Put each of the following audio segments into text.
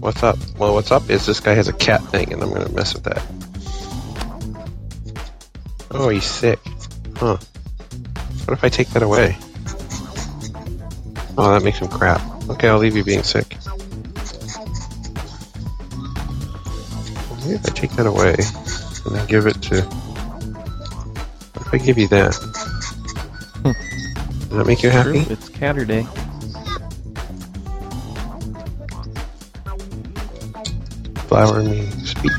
What's up? Well, what's up is this guy has a cat thing, and I'm gonna mess with that. Oh, he's sick. Huh. What if I take that away? Oh, that makes him crap. Okay, I'll leave you being sick. Maybe if I take that away and then give it to. What if I give you that? Does that make you happy? True, it's Catterday. Flower me speak.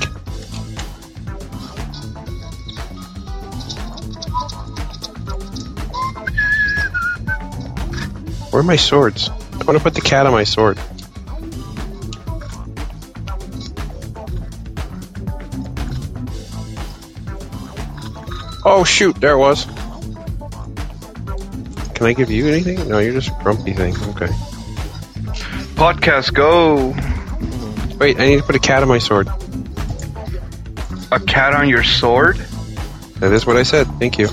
Where are my swords? I want to put the cat on my sword. Oh shoot, there it was. Can I give you anything? No, you're just a grumpy thing. Okay. Podcast go. Wait, I need to put a cat on my sword. A cat on your sword? That is what I said. Thank you.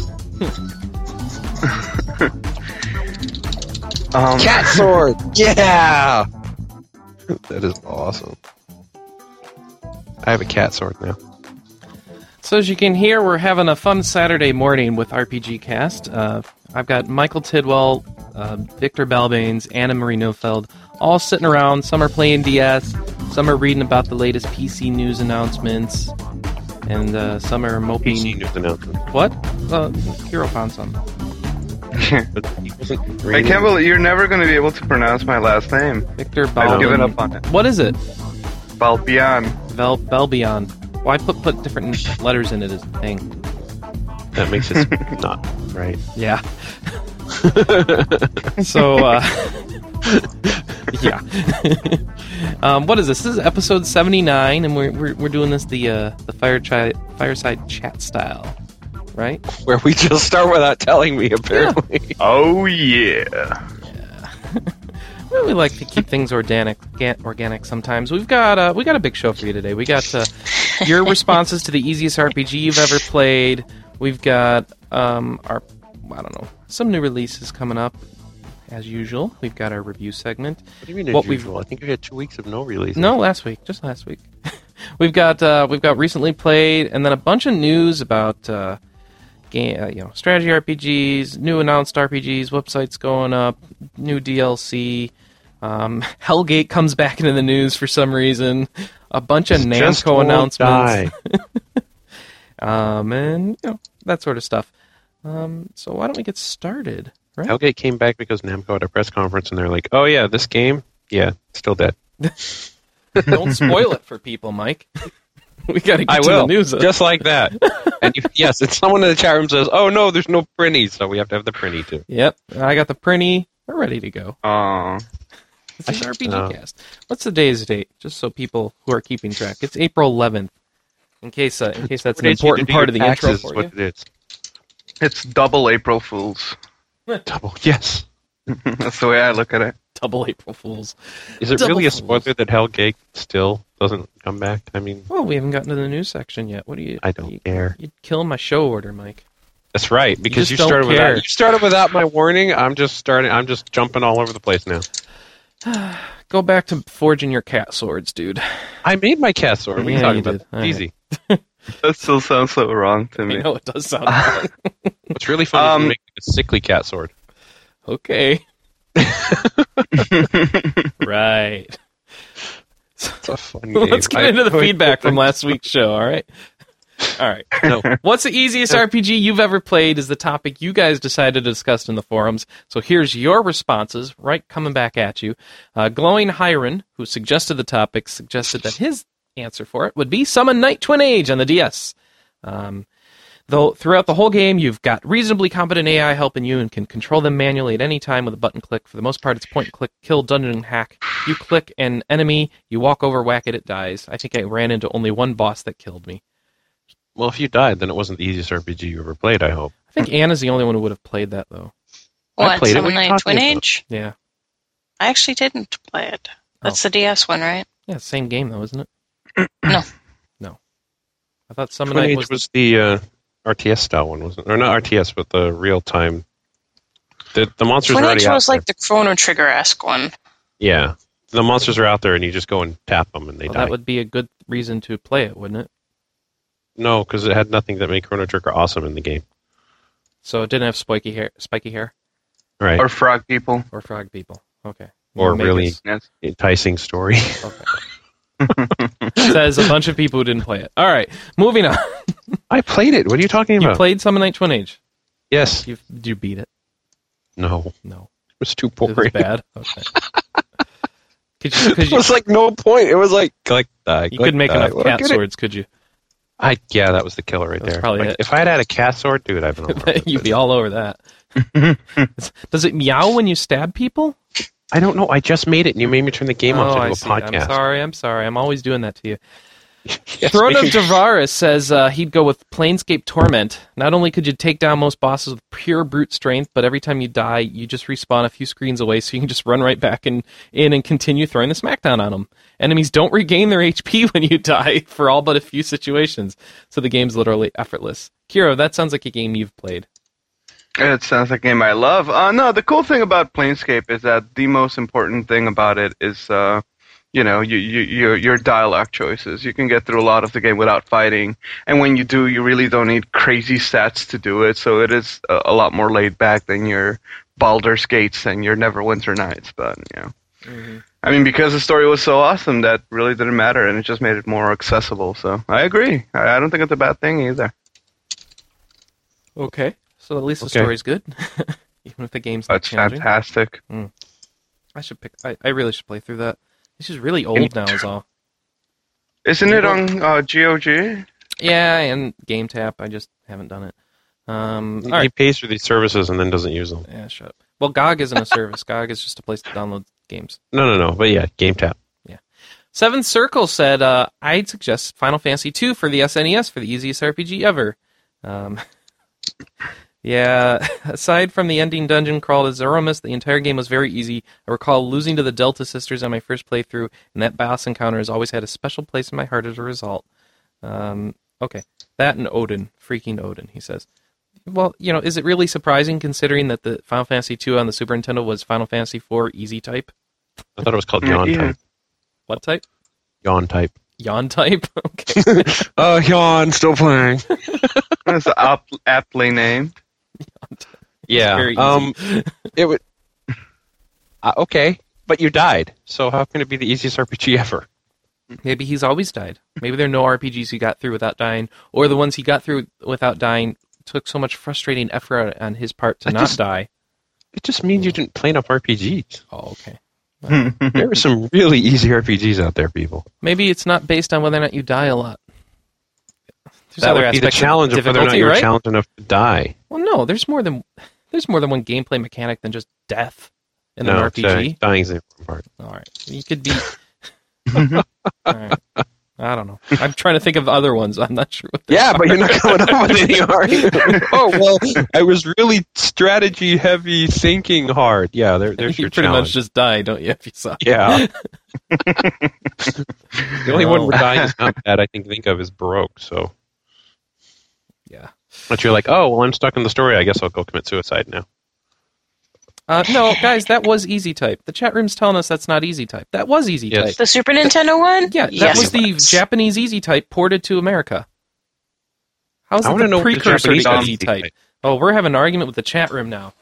Um, Cat sword! yeah! that is awesome. I have a cat sword now. So as you can hear, we're having a fun Saturday morning with RPG Cast. Uh, I've got Michael Tidwell, uh, Victor Balbanes, Anna Marie Neufeld, all sitting around. Some are playing DS, some are reading about the latest PC news announcements, and uh, some are moping. PC news announcement. What? Uh, Hero found some. I can't believe you're never going to be able to pronounce my last name. Victor Balbanes. I've given up on it. What is it? Balbian. Vel- Belbion. Why put put different letters in it as a thing? That makes it not right. Yeah. so, uh, yeah. um, what is this? This is episode 79, and we're, we're, we're doing this the uh, the fire chi- fireside chat style, right? Where we just start without telling me, apparently. Oh, yeah. Well, we like to keep things organic ga- organic sometimes. We've got uh, we got a big show for you today. We got uh, your responses to the easiest RPG you've ever played. We've got um, our I don't know some new releases coming up as usual. We've got our review segment. What do you mean as What we've- usual? I think we had two weeks of no releases. No, last week, just last week. we've got uh, we've got recently played, and then a bunch of news about uh, game, uh, you know, strategy RPGs, new announced RPGs, websites going up, new DLC. Um, Hellgate comes back into the news for some reason. A bunch of Namco Just won't announcements, die. um, and you know that sort of stuff. Um, so why don't we get started? Right? Hellgate came back because Namco had a press conference and they're like, oh yeah, this game? Yeah, still dead. Don't spoil it for people, Mike. we got to get I to will. the news. Just like that. and you, yes, it's someone in the chat room says, oh no, there's no printy, so we have to have the printy too. Yep, I got the printy. We're ready to go. Oh. This is RPG know. Cast. What's today's date? Just so people who are keeping track, it's April 11th. In case, uh, in case that's an important part of the taxes intro is for what you. it is. It's double April Fools. Double, yes. That's the way I look at it. Double April Fools. Is it Double really a fools. spoiler that Hellgate still doesn't come back? I mean, Well, Oh, we haven't gotten to the news section yet. What do you? I don't You, care. you'd kill my show order, Mike. That's right, because just you, don't started care. without you started without my warning. I'm just starting. I'm just jumping all over the place now. Go back to forging your cat swords, dude. I made my cat sword. What are you Yeah, talking you about? did. It's All right. Easy. That still sounds so wrong to I me. know it does sound wrong. What's really funny is Um, you make a sickly cat sword. okay. right. It's a fun game. Let's get I- into the feedback from last week's show. All right. All right. No, What's the easiest RPG you've ever played is the topic you guys decided to discuss in the forums. So here's your responses, right coming back at you. Uh, Glowing Hyron, who suggested the topic, suggested that his answer for it would be Summon Night Twin Age on the DS. Um, though throughout the whole game, you've got reasonably competent AI helping you and can control them manually at any time with a button click. For the most part, it's point and click, kill, dungeon hack. You click an enemy, you walk over, whack it, it dies. I think I ran into only one boss that killed me. well, if you died, then it wasn't the easiest RPG you ever played. I hope. I think Anna's the only one who would have played that though. I What, played it. Summon What are you Night Twin talking about? Oh. Age? Yeah. I actually didn't play it. That's the DS one, right? Yeah, same game though, isn't it? No. No. I thought Summon Twin Night Age was, was, the uh, RTS style one, wasn't? Or not RTS, but the real time. The the monsters Twin are already Age out was there. like the Chrono Trigger esque one. yeah. the monsters are out there, and you just go and tap them, and they Well, die. that would be a good reason to play it, wouldn't it? No, because it had nothing that made Chrono Trigger awesome in the game. So it didn't have spiky hair, spiky hair, Right. Or frog people. or frog people. Okay. Or Make really- us- Yes. Enticing story. Okay. Says a bunch of people who didn't play it. All right, moving on. I played it. What are you talking You about? played Summon Night Twin Age. yes. You you beat it. No. It No, was too it was boring. It bad. Okay. Could you, could was, you, like no point. It was like click die. you click, could make die. enough Well, cat get it. swords, could you? I yeah, that was the killer right That was there. probably Like, it. if I had had a cat sword, dude, I've been all over You'd it. be all over that. Does it meow when you stab people? I don't know. I just made it, and you made me turn the game oh, off to do I a see. podcast. I'm sorry. I'm sorry. I'm always doing that to you. Yes, Throne of maybe- Davaris says uh, he'd go with Planescape Torment. Not only could you take down most bosses with pure brute strength, but every time you die, you just respawn a few screens away, so you can just run right back in, in and continue throwing the smackdown on them. Enemies don't regain their HP when you die for all but a few situations, so the game's literally effortless. Kiro, that sounds like a game you've played. It sounds like a game I love. Uh, no, the cool thing about Planescape is that the most important thing about it is, uh, you know, you, you, your, your dialogue choices. You can get through a lot of the game without fighting, and when you do, you really don't need crazy stats to do it. So it is a, a lot more laid back than your Baldur's Gates and your Neverwinter Nights. But yeah, I mean, because the story was so awesome, that really didn't matter, and it just made it more accessible. So I agree. I, I don't think it's a bad thing either. Okay. So at least the Okay. story's good, even if the game's not That's challenging. fantastic. I should pick. I, I really should play through that. This is really old now, is all. Isn't it on uh, GOG? Yeah, and Game Tap. I just haven't done it. Um, all He right. pays for these services and then doesn't use them. Yeah, shut up. Well, GOG isn't a service. GOG is just a place to download games. No, no, no. But yeah, game tap. Seventh Circle said, uh, I'd suggest Final Fantasy II for the SNES for the easiest RPG ever. Um, yeah, aside from the ending dungeon crawl to Zeromus, the entire game was very easy. I recall losing to the Delta Sisters on my first playthrough, and that boss encounter has always had a special place in my heart as a result. Um, okay, that and Odin. Freaking Odin, he says. Well, you know, is it really surprising considering that the Final Fantasy II on the Super Nintendo was Final Fantasy IV easy type? I thought it was called Yeah, yawn yeah. type. What type? Yawn type. Yawn type? okay. Oh, yawn. Still playing. That's ap- aptly named. Yeah. Very easy. Um, it would. Uh, okay, but you died. So how can it be the easiest RPG ever? Maybe he's always died. Maybe there are no RPGs he got through without dying, or the ones he got through without dying took so much frustrating effort on his part to I not just- die. It just means Hmm. you didn't play enough RPGs. Oh, okay. There are some really easy RPGs out there, people. Maybe it's not based on whether or not you die a lot. There's that other would be the aspects of challenge of whether or not difficulty, you were right? challenged enough to die. Well, no, there's more than there's more than one gameplay mechanic than just death in no, an RPG. dying- dying's the important part. All right, you could be. All right. I don't know. I'm trying to think of other ones. I'm not sure what. they Yeah, are. but you're not coming up with any, are you? oh well, I was really strategy heavy, thinking hard. Yeah, there, there's you your pretty challenge. much just die, don't you? If you suck. yeah. the only one No. we're dying is not that I can think of is Baroque. So, Yeah. but you're like, oh well, I'm stuck in the story. I guess I'll go commit suicide now. Uh, no, guys, that was easy type. The chat room's telling us that's not easy type. That was easy Yes. type. The Super Nintendo one? Yeah, that yes. was the it Japanese easy type ported to America. How's I that wanna the know what the precursor Japanese to easy easy type? type- Oh, we're having an argument with the chat room now.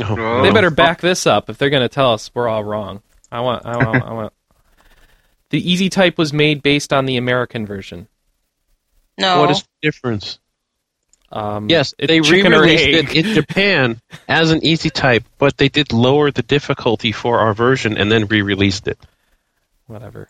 Oh, They Oh. better back this up if they're going to tell us we're all wrong. I want, I want, I want. The easy type was made based on the American version. No. what is the difference? Um, Yes, it's they chicken or re-released egg. it in Japan as an easy type, but they did lower the difficulty for our version and then re-released it. Whatever.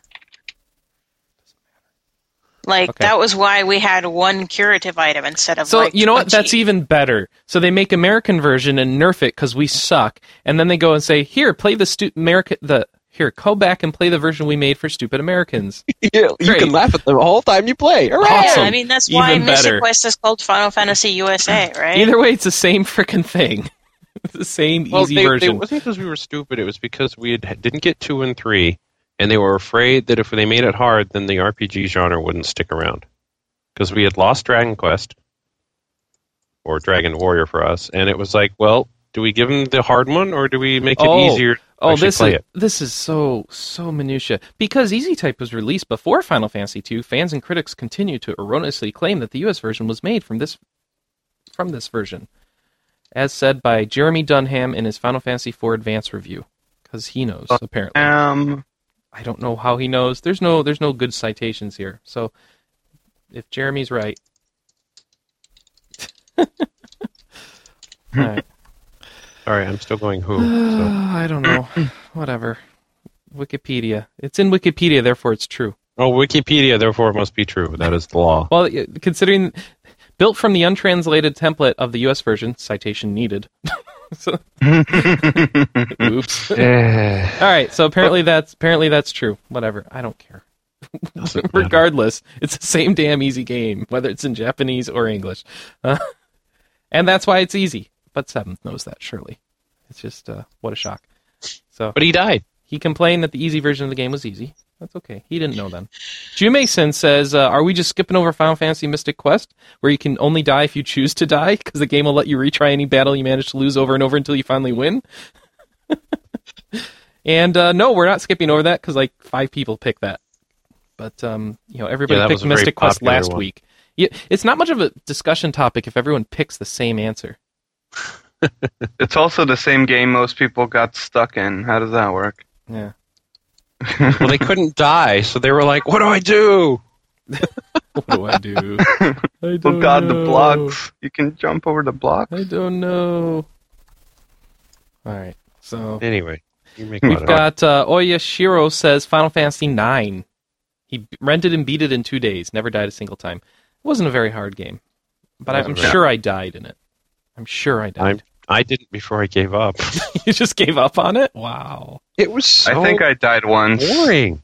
like, okay. that was why we had one curative item instead of So like, you know a what? That's cheat. even better. So they make American version and nerf it because we suck, and then they go and say, "Here, play the stu- America the here go back and play the version we made for stupid Americans." Yeah, you Great. can laugh at them the whole time you play. Hooray! Yeah, e- awesome. I mean, that's why Even better. Mystic Quest is called Final Fantasy USA, right? Either way, it's the same freaking thing. It's the same Well, easy they, It version. wasn't because we were stupid. It was because we had, didn't get two and three, and they were afraid that if they made it hard, then the RPG genre wouldn't stick around. Because we had lost Dragon Quest, or Dragon Warrior for us, and it was like, well, do we give them the hard one, or do we make it Oh, easier? Oh, Actually this play is it. this is so so minutia because Easy Type was released before Final Fantasy II. Fans and critics continue to erroneously claim that the U.S. version was made from this from this version, as said by Jeremy Dunham in his Final Fantasy IV Advance review, because he knows Uh, apparently. Um, I don't know how he knows. There's no there's no good citations here. So if Jeremy's right. All right. Sorry, I'm still going who. So. I don't know. Whatever. Wikipedia. It's in Wikipedia, therefore it's true. Oh, Wikipedia, therefore, it must be true. That is the law. Well, y- considering built from the untranslated template of the US version, citation needed. so, oops. All Yeah. right, so apparently that's apparently that's true. Whatever. I don't care. Doesn't matter. Regardless, it's the same damn easy game, whether it's in Japanese or English. Uh, and that's why it's easy. But Seventh knows that, surely. It's just, uh, what a shock. So, But he died. He complained that the easy version of the game was easy. That's okay. He didn't know then. Jumason says, uh, "Are we just skipping over Final Fantasy Mystic Quest, where you can only die if you choose to die, because the game will let you retry any battle you manage to lose over and over until you finally win?" and uh, no, we're not skipping over that because like five people picked that. But um, you know, everybody Yeah, that was picked a very Mystic Quest popular last one. week. Yeah, it's not much of a discussion topic if everyone picks the same answer. it's also the same game most people got stuck in. How does that work? Yeah. Well, they couldn't die, so they were like, what do I do? What do I do? I don't Oh God, the know. blocks! You can jump over the blocks. I don't know. All right. So Anyway, you make fun we've of it. got uh, Oyashiro says Final Fantasy IX. He b- rented and beat it in two days. Never died a single time. It wasn't a very hard game, but I'm Wasn't very- sure I died in it. I'm sure I died. I didn't before I gave up. you just gave up on it? Wow. It was so I think I died once. boring.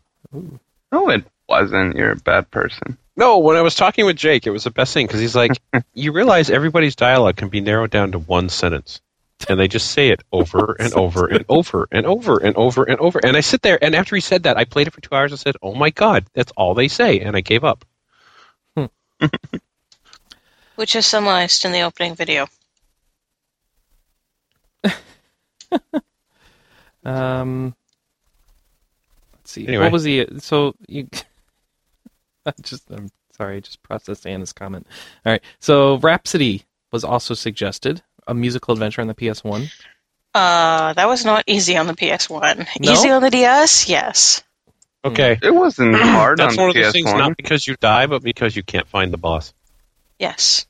No, it wasn't. You're a bad person. No, when I was talking with Jake, it was the best thing because he's like, you realize everybody's dialogue can be narrowed down to one sentence. And they just say it over and over and over and over and over and over. And I sit there, and after he said that, I played it for two hours and said, oh my God, that's all they say. And I gave up. which is summarized in the opening video. Um, let's see. Anyway. What was he? So you. I just I'm sorry. I just processed Anna's comment. All right. So Rhapsody was also suggested, a musical adventure on the PS1. Uh, that was not easy on the PS1. No? Easy on the DS? Yes. Mm. Okay. It wasn't hard That's on one of those things, PS1, not because you die, but because you can't find the boss. Yes.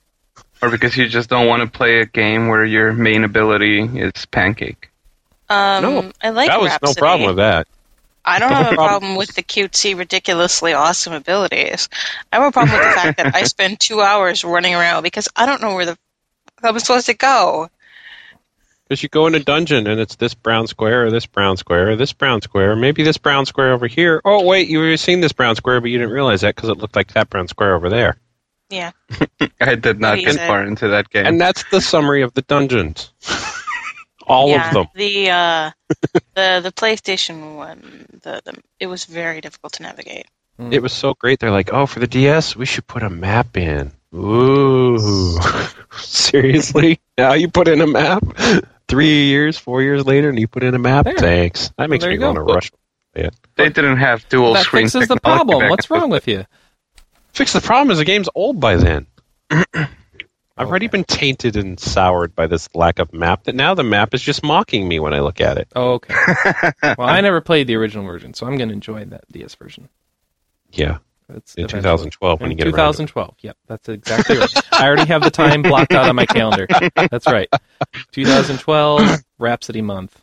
or because you just don't want to play a game where your main ability is pancake. Um, No, I like that was Rhapsody. no problem with that. I don't have a problem. problem with the cutesy, ridiculously awesome abilities. I have a problem with the fact that I spend two hours running around because I don't know where the I'm supposed to go. Because you go in a dungeon and it's this brown square or this brown square or this brown square, maybe this brown square over here. Oh, wait, you were seeing this brown square, but you didn't realize that because it looked like that brown square over there. Yeah. I did not Please, get I- far into that game. And that's the summary of the dungeons. All yeah, of them. The uh, the the PlayStation one, the, the it was very difficult to navigate. It was so great. They're like, oh, for the DS, we should put a map in. Ooh. Seriously? Now you put in a map? Three years, four years later, and you put in a map? There. Thanks. That makes there me you go. want to rush. they didn't have dual that screen fixes the technology problem. back What's then. wrong with you? Fix the problem is the game's old by then. I've already Okay. been tainted and soured by this lack of map that now the map is just mocking me when I look at it. Oh, okay. well, I never played the original version, so I'm going to enjoy that DS version. Yeah, That's in eventually- 2012 when you In get around to it. 2012. Yep, that's exactly right. I already have the time blocked out on my calendar. That's right. 2012 Rhapsody month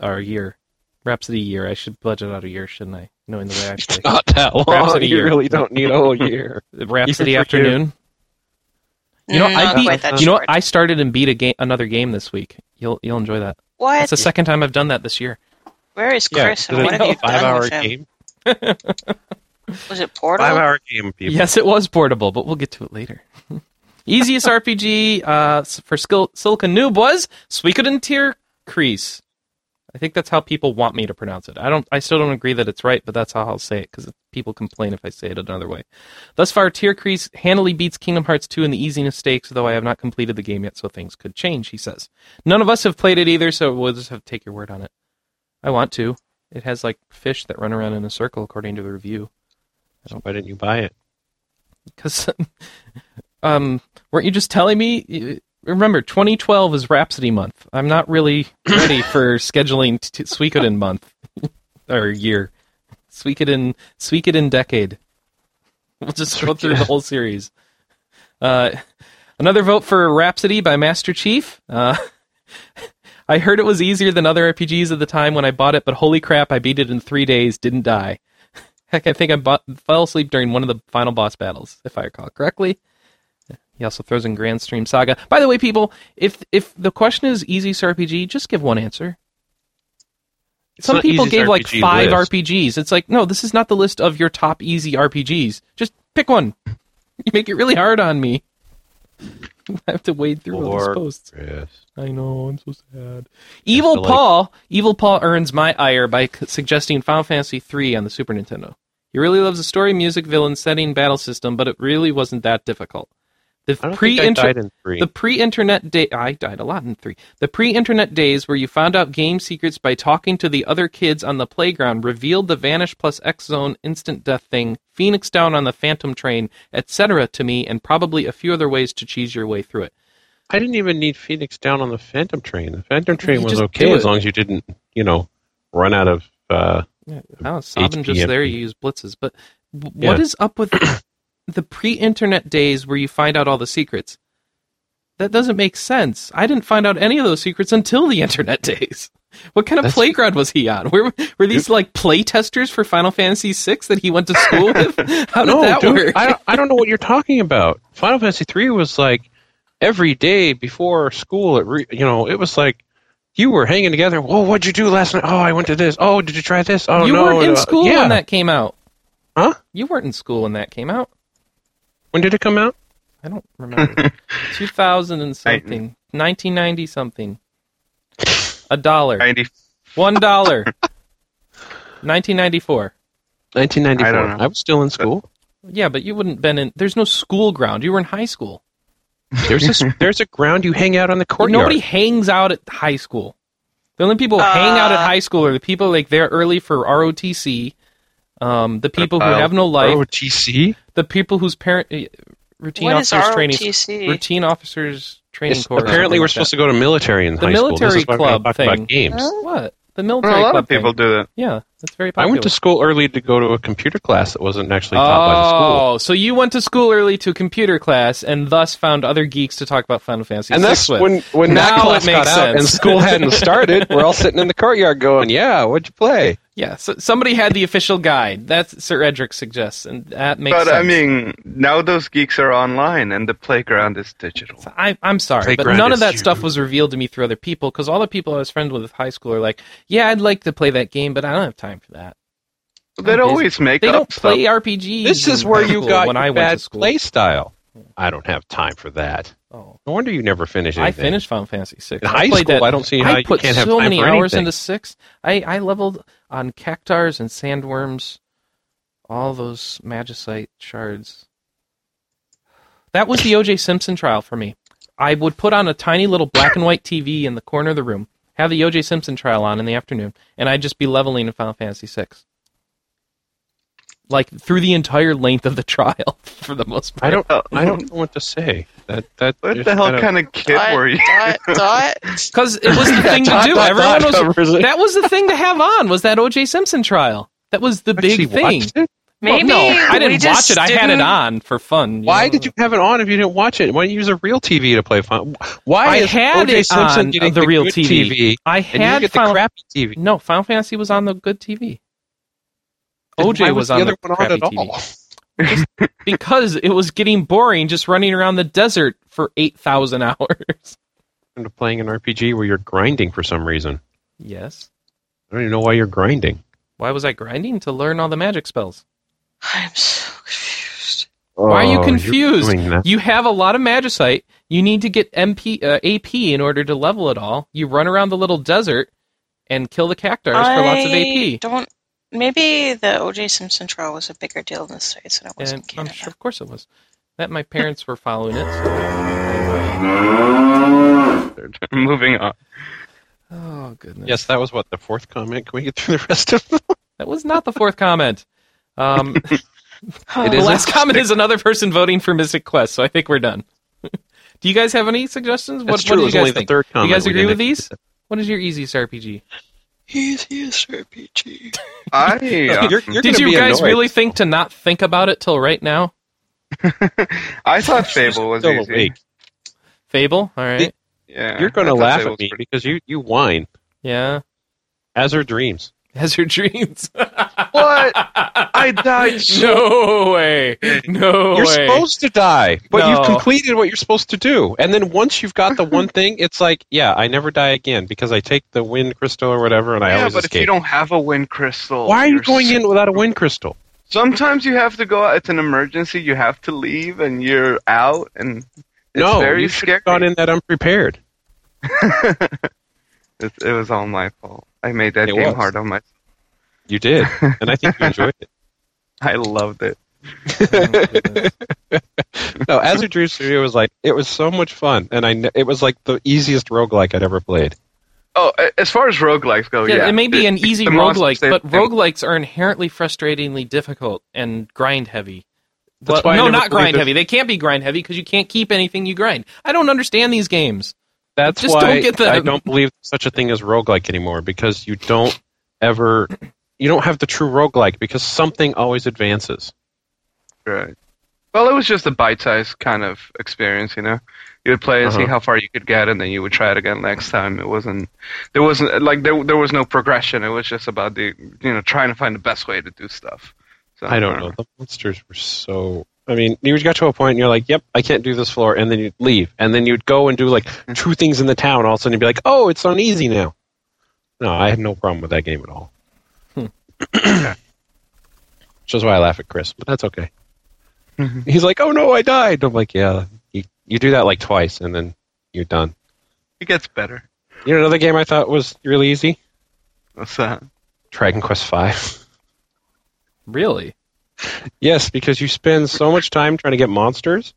or year. Rhapsody year. I should budget out a year, shouldn't I? Knowing the way I It's play. not that long. Rhapsody you year. really don't need a whole year. Rhapsody Even for you. afternoon. You know, I Mm, Not beat. quite Oh, that you know, what? short. I started and beat a game, another game this week. You'll you'll enjoy that. That's what? the second time I've done that this year. Where is Yeah, Chris? it's and what have a you done five-hour with him? game. Was it Portal? Five-hour game, people. Yes, it was portable, but we'll get to it later. Easiest RPG uh, s- for Sil- Silicon Noob was Suikoden Tear Crease. I think that's how people want me to pronounce it. I don't. I still don't agree that it's right, but that's how I'll say it because people complain if I say it another way. Thus far, Tear Crease handily beats Kingdom Hearts 2 in the easiness stakes, though I have not completed the game yet, so things could change. He says. None of us have played it either, so we'll just have to take your word on it. I want to. It has like fish that run around in a circle, according to the review. So why didn't you buy it? Because, um, weren't you just telling me? you- Remember, 2012 is Rhapsody month. I'm not really ready for scheduling t- Suikoden month or year. Suikoden, Suikoden decade. We'll just go through the whole series. Uh, another vote for Rhapsody by Master Chief. Uh, I heard it was easier than other RPGs at the time when I bought it, but holy crap, I beat it in three days. Didn't die. Heck, I think I bought, fell asleep during one of the final boss battles, if I recall correctly. He also throws in Grand Stream Saga. By the way, people, if if the question is easy RPG, just give one answer. It's Some not people easy gave like RPG five list. RPGs. It's like, no, this is not the list of your top easy RPGs. Just pick one. You make it really hard on me. I have to wade through all these Lord posts. Chris. I know, I'm so sad. Evil like- Paul, Evil Paul earns my ire by c- suggesting Final Fantasy III on the Super Nintendo. He really loves the story, music, villain, setting, battle system, but it really wasn't that difficult. The I don't pre think I died in three. the pre-internet day I died a lot in 3. The pre-internet days where you found out game secrets by talking to the other kids on the playground revealed the vanish plus X zone instant death thing, Phoenix down on the phantom train, etc. to me and probably a few other ways to cheese your way through it. I didn't even need Phoenix down on the Phantom Train. The Phantom Train You was just okay do as it. long as you didn't, you know, run out of. Uh, Yeah, oh, Sabin just HPMP. there. You use blitzes, but w- what Yeah. is up with the pre-internet days where you find out all the secrets? That doesn't make sense. I didn't find out any of those secrets until the internet days. What kind of That's- playground was he on? Were were these like play testers for Final Fantasy VI that he went to school with? How did no, that dude, work? I don't, I don't know what you're talking about. Final Fantasy three was like every day before school. It re, you know, it was like you were hanging together. Whoa, what'd you do last night? Oh, I went to this. Oh, did you try this? Oh, you no, weren't in no. school yeah. when that came out. Huh? You weren't in school when that came out. When did it come out? I don't remember. 2000 and something. 1990 something. A dollar. Ninety. One dollar. Nineteen ninety four. 1994. I don't know. I was still in school. Yeah, but you wouldn't been in. There's no school ground. You were in high school. There's a, there's a ground you hang out on the courtyard. Nobody hangs out at high school. The only people who hang out at Uh. high school are the people like they're early for ROTC. Um, the people who Pedophile. have Uh, no life. Oh, TC. the people whose parent eh, routine What is officers training ROTC? routine officers training It's- corps. Apparently, we're supposed to go to military in The high school. This military is why we don't club talk thing. about games. Huh? to. What the military? Well, a lot club of people thing. do that. Yeah, that's very I popular. went to school early to go to a computer class that wasn't actually taught by the school. Oh, so you went to school early to computer class and thus found other geeks to talk about Final Fantasy And VI that's with. when when Now that class it makes got out and sense. school hadn't started. We're all sitting in the courtyard going, "Yeah, what'd you play?" Yeah, so somebody had the official guide. That's Sir Edric suggests, and that makes But sense. I mean, now those geeks are online, and the playground is digital. So I, I'm sorry, but Playground none of is that you. stuff was revealed to me through other people because all the people I was friends with at high school are like, "Yeah, I'd like to play that game, but I don't have time for that." They always make They up don't stuff. play RPGs. This is in where high you school got when your I bad went to school. play style. I don't have time for that. Oh, No wonder you never finish I anything. finished Final Fantasy VI. in I high played school. that- I don't see how I put you can't have so time many for hours anything. into six. I, I leveled on cactars and sandworms, all those magicite shards. That was the O.J. Simpson trial for me. I would put on a tiny little black and white TV in the corner of the room, have the O.J. Simpson trial on in the afternoon, and I'd just be leveling in Final Fantasy VI. Like through the entire length of the trial, for the most part. I don't. I don't know what to say. That that. Oh. What the hell kind of kid Dot, were you? dot, dot. because it was the thing to do. Everyone was was that was the thing to have on was that OJ Simpson trial. That was the big thing. Maybe Well, no, I we didn't watch just it. I had it didn't- on for fun. Why know? did you have it on if you didn't watch it? Why didn't you use a real TV to play fun? Why I is had O.J. it Simpson on getting the real good TV. TV I and you had get Final. the crappy TV? no, Final Fantasy was on the good TV. Then OJ why was the on other the one on crappy at TV. all. because it was getting boring just running around the desert for eight thousand hours. Into playing an RPG where you're grinding for some reason. Yes. I don't even know why you're grinding. Why was I grinding to learn all the magic spells? I'm so confused. Why are you Oh, you're confused? doing that. You have a lot of magicite. You need to get MP uh, AP in order to level it all. You run around the little desert and kill the cactars for lots of I AP. Don't. Maybe the O.J. Simpson trial was a bigger deal in the states than it was in And I'm Canada. sure, of course, it was. That my parents were following it. So. Moving on. Oh goodness. Yes, that was what the fourth comment. Can we get through the rest of them? That was not the fourth comment. Um, It the Oh, is- last comment is another person voting for Mystic Quest, so I think we're done. do you guys have any suggestions? What, That's true. what do it you was guys only think? the third Do comment. you guys we agree with didn't- these? What is your easiest RPG? He's he's RPG. I um, You're, you're Did gonna you be guys annoyed. really think to not think about it till right now? I thought Fable was Still easy. awake. Fable, all right, It- Yeah, You're going I to thought laugh at Fable's me pretty- because you, you whine yeah. as are dreams. Has your dreams? What? I died. so- no way! No You're way! supposed to die, but No. you've completed what you're supposed to do. And then once you've got the one thing, it's like, yeah, I never die again because I take the wind crystal or whatever, and I yeah, always but if you escape. don't have a wind crystal, Why are you you're going in without a wind crystal? Sometimes you have to go out. It's an emergency. You have to leave, and you're out, and it's no, very you should scary. have gone in that unprepared. It, it was all my fault. I made that It game was. hard on myself. You did, and I think you enjoyed it. I loved it. No, Azure Dream Studio was like it was so much fun, and I kn- it was like the easiest roguelike I'd ever played. Oh, a- as far as roguelikes go, yeah, Oh, yeah, it may be an The- easy the monsters, roguelike, they- but they- roguelikes are inherently frustratingly difficult and grind heavy. That's well, why I no, never not played grind this- heavy. They can't be grind heavy because you can't keep anything you grind. I don't understand these games. That's Just why don't get the- I don't believe such a thing as roguelike anymore because you don't ever you don't have the true roguelike because something always advances. Right. Well, it was just a bite-sized kind of experience, you know. You would play and see Uh-huh. how far you could get, and then you would try it again next time. It wasn't. There wasn't like there. There was no progression. It was just about the you know trying to find the best way to do stuff. So I don't know. The monsters were so. I mean, you got to a point and you're like, "Yep, I can't do this floor," and then you'd leave, and then you'd go and do like two things in the town. All of a sudden, you'd be like, "Oh, it's uneasy now." No, I had no problem with that game at all. Which is why I laugh at Chris, but that's okay. He's like, "Oh no, I died." I'm like, "Yeah, you, you do that like twice, and then you're done." It gets better. You know, another game I thought was really easy, What's that? Dragon Quest Five. Really? Yes, because you spend so much time trying to get monsters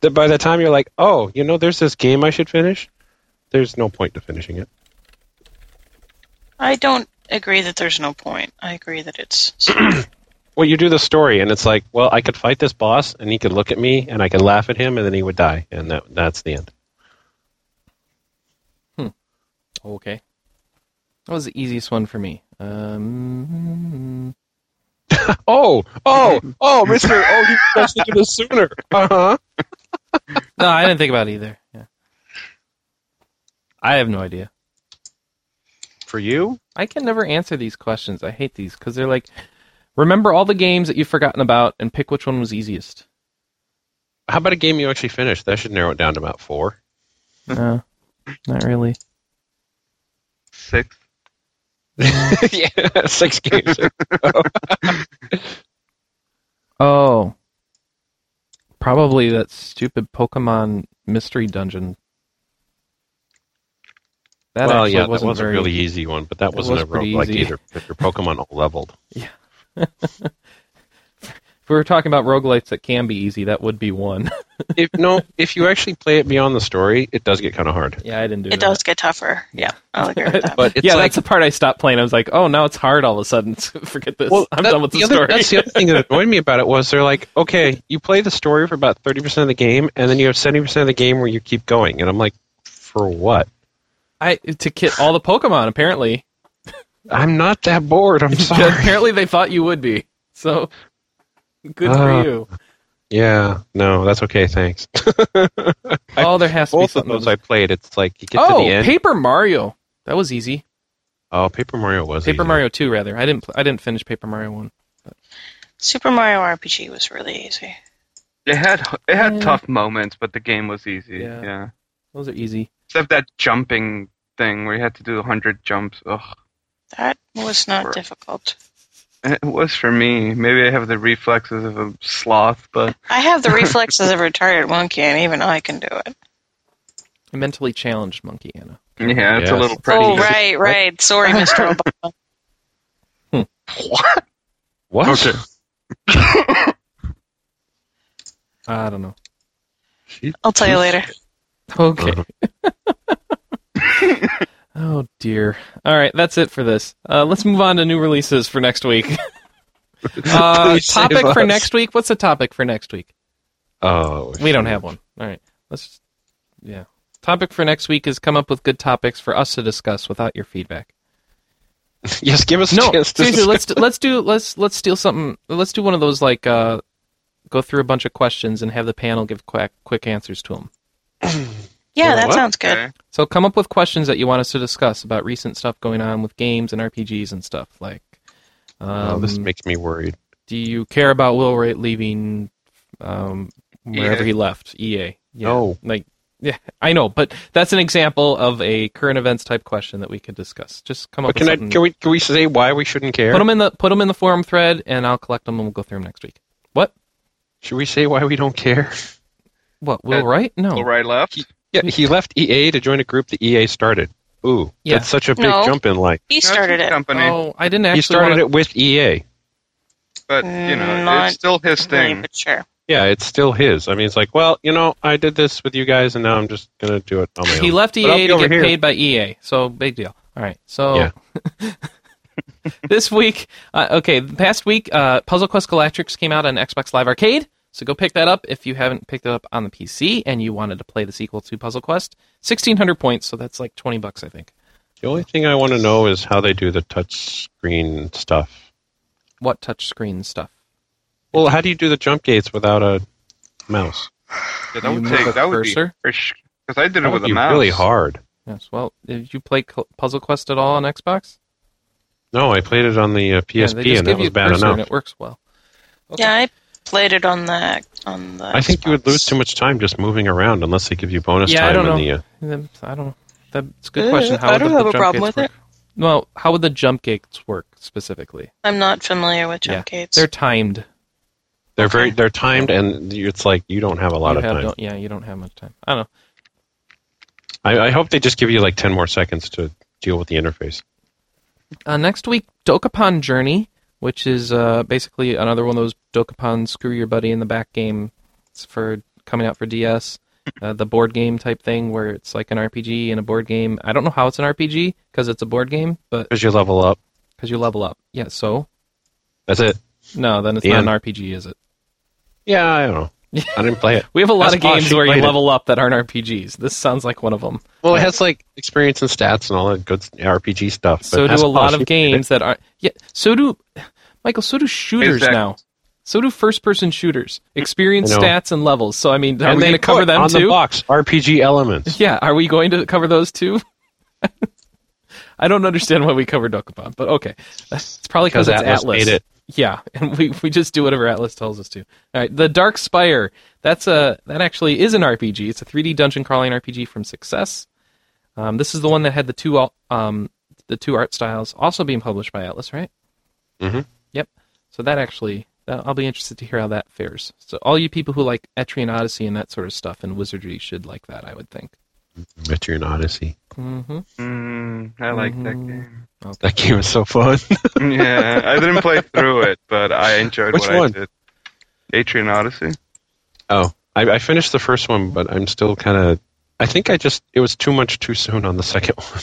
that by the time you're like, oh, you know, there's this game I should finish, there's no point to finishing it. I don't agree that there's no point. I agree that it's Well, you do the story, and it's like, well, I could fight this boss, and he could look at me, and I could laugh at him, and then he would die, and that that's the end. Okay. That was the easiest one for me. Um, Oh, oh, oh, Mister, oh, you guys should do this sooner. Uh huh. no, I didn't think about it either. Yeah. I have no idea. For you, I can never answer these questions. I hate these because they're like, remember all the games that you've forgotten about and pick which one was easiest. how about a game you actually finished? That should narrow it down to about four. No, not really. Six. yeah, six games. Oh. Probably that stupid Pokemon mystery dungeon. That well, actually yeah, that wasn't was a very, really e- easy one, but that That wasn't was a pretty roguelike easy. either. Your Pokemon all leveled. If we were talking about roguelites that can be easy, that would be one. if no, if you actually play it beyond the story, it does get kind of hard. yeah, I didn't do it does get tougher. Yeah, I'll agree with that. But it's yeah, like, that's the part I stopped playing. I was like, oh, now it's hard all of a sudden. Forget this. well, I'm that- done with the, other, story. That's the other thing that annoyed me about it was they're like, okay, you play the story for about thirty percent of the game, and then you have seventy percent of the game where you keep going, and I'm like, for what? I to kit all the Pokemon. Apparently, I'm not that bored. I'm sorry. apparently they thought you would be. So good Ah. for you. yeah, no, that's okay. Thanks. I- oh, there has to be Both of something. those that I played. It's like you get was- to the oh, end. Paper Mario. That was easy. oh, Paper Mario was Paper easy. Mario Two, rather. I didn't. Pl- I didn't finish Paper Mario One. Super Mario RPG was really easy. It had it had Yeah. tough moments, but the game was easy. Yeah. Yeah. Those are easy. Except that jumping thing where you had to do hundred jumps. Ugh. That was not Sure. difficult. It was for me. Maybe I have the reflexes of a sloth, but I have the reflexes of a retired monkey, and even I can do it. A mentally challenged monkey Anna. yeah, it's a Yes. little pretty. oh, right, right. Sorry, Mr. Obama. What? What? Okay. I don't know. I'll tell you later. Okay. Oh dear. All right, that's it for this. Uh, let's move on to new releases for next week. Uh, Please save topic for us. next week. What's the topic for next week? Oh, We don't have one. All right. Let's. Yeah. Topic for next week is come up with good topics for us to discuss without your feedback. yes, give us a No, chance. to discuss- seriously, let's do, let's do let's let's steal something. Let's do one of those like uh, go through a bunch of questions and have the panel give quick quick answers to them. Yeah, that What? sounds good. Okay. So come up with questions that you want us to discuss about recent stuff going on with games and RPGs and stuff like. Oh, Um, this makes me worried. do you care about Will Wright leaving um, wherever EA. he left? EA. Yeah. No. Like, yeah, I know, but that's an example of a current events type question that we could discuss. Just come up But can with I? something. Can we? Can we say why we shouldn't care? put them in the put 'em in the forum thread, and I'll collect them and we'll go through them next week. What? Should we say why we don't care? What? Will Uh, Wright? No. Well, right, left. Yeah, he left EA to join a group that EA started. Ooh, Yeah. that's such a big No. jump in line. He started That's his it. Company, Oh, I didn't actually. He started wanna- it with E EA. but you know, Mm, Not it's still his Really, thing. but sure. Yeah, it's still his. I mean, it's like, well, you know, I did this with you guys, and now I'm just gonna do it on my own. He left But I'll EA be to over get here. paid by EA, so big deal. All right, so Yeah. this week, uh, okay, the past week, uh, Puzzle Quest Galactics came out on Xbox Live Arcade, so go pick that up if you haven't picked it up on the PC and you wanted to play the sequel to Puzzle Quest. Sixteen hundred points, so that's like twenty bucks, I think. The only thing I want to know is how they do the touch screen stuff. What touch screen stuff? Well, how do you do the jump gates without a mouse? That You would move take a that would cursor? be because I did That it would with a be mouse. really hard. Yes. Well, did you play Co- Puzzle Quest at all on Xbox? No, I played it on the uh, Yeah, PSP, they just and give that you was a bad cursor enough. and it works well. Okay. Yeah, I played it on the on the. I think you would Xbox. lose too much time just moving around unless they give you bonus Yeah, I time. don't in know. The, uh, Then- I don't know. That's a good Uh, question. How I would don't the, have the a jump problem gates with work? Well, how would the jump gates work specifically? I'm not familiar with Yeah, jump gates. They're timed. they're very they're timed, and it's like you don't have a lot You of have- time. don't- yeah, you don't have much time. I don't know. I, I hope they just give you like ten more seconds to deal with the interface. Uh, next week, Dokapon Journey, which is uh, basically another one of those Dokapon screw your buddy in the back game. It's for coming out for DS, uh, the board game type thing where it's like an RPG and a board game. I don't know how it's an RPG because it's a board game, but Because you level up. because you level up. Yeah, so That's it. no, then it's Yeah. not an RPG, is it? Yeah, I don't know. I didn't play it. We have a lot That's of games awesome. where you Played it. level up that aren't RPGs. This sounds like one of them. Well, it has like experience and stats and all that good RPG stuff. but So do that's a lot awesome. of games that are yeah. So do Michael. So do shooters Exact- now. So do first-person shooters. Experience I know. stats and levels. So I mean, are And we they going to cover put them on too? the box RPG elements. Yeah, are we going to cover those too? I don't understand why we cover Dokapon, but okay. It's probably because it's Atlas Atlas. made it. Yeah, and we, we just do whatever Atlas tells us to. All right, The Dark Spire. That's a that actually is an RPG. It's a 3D dungeon crawling RPG from Success. Um, this is the one that had the two al- um the two art styles also being published by Atlas, right? Mhm. Yep. So that actually that- I'll be interested to hear how that fares. So all you people who like Etrian Odyssey and that sort of stuff and wizardry should like that, I would think. Metrian Odyssey. Mm-hmm. Mm, I like Mhm. that That game is so fun. game. yeah, I didn't play through it, but I enjoyed Which what one? I did. Atrian Odyssey. oh, I, I finished the first one, but I'm still kind of. I think I just it was too much too soon on the second one.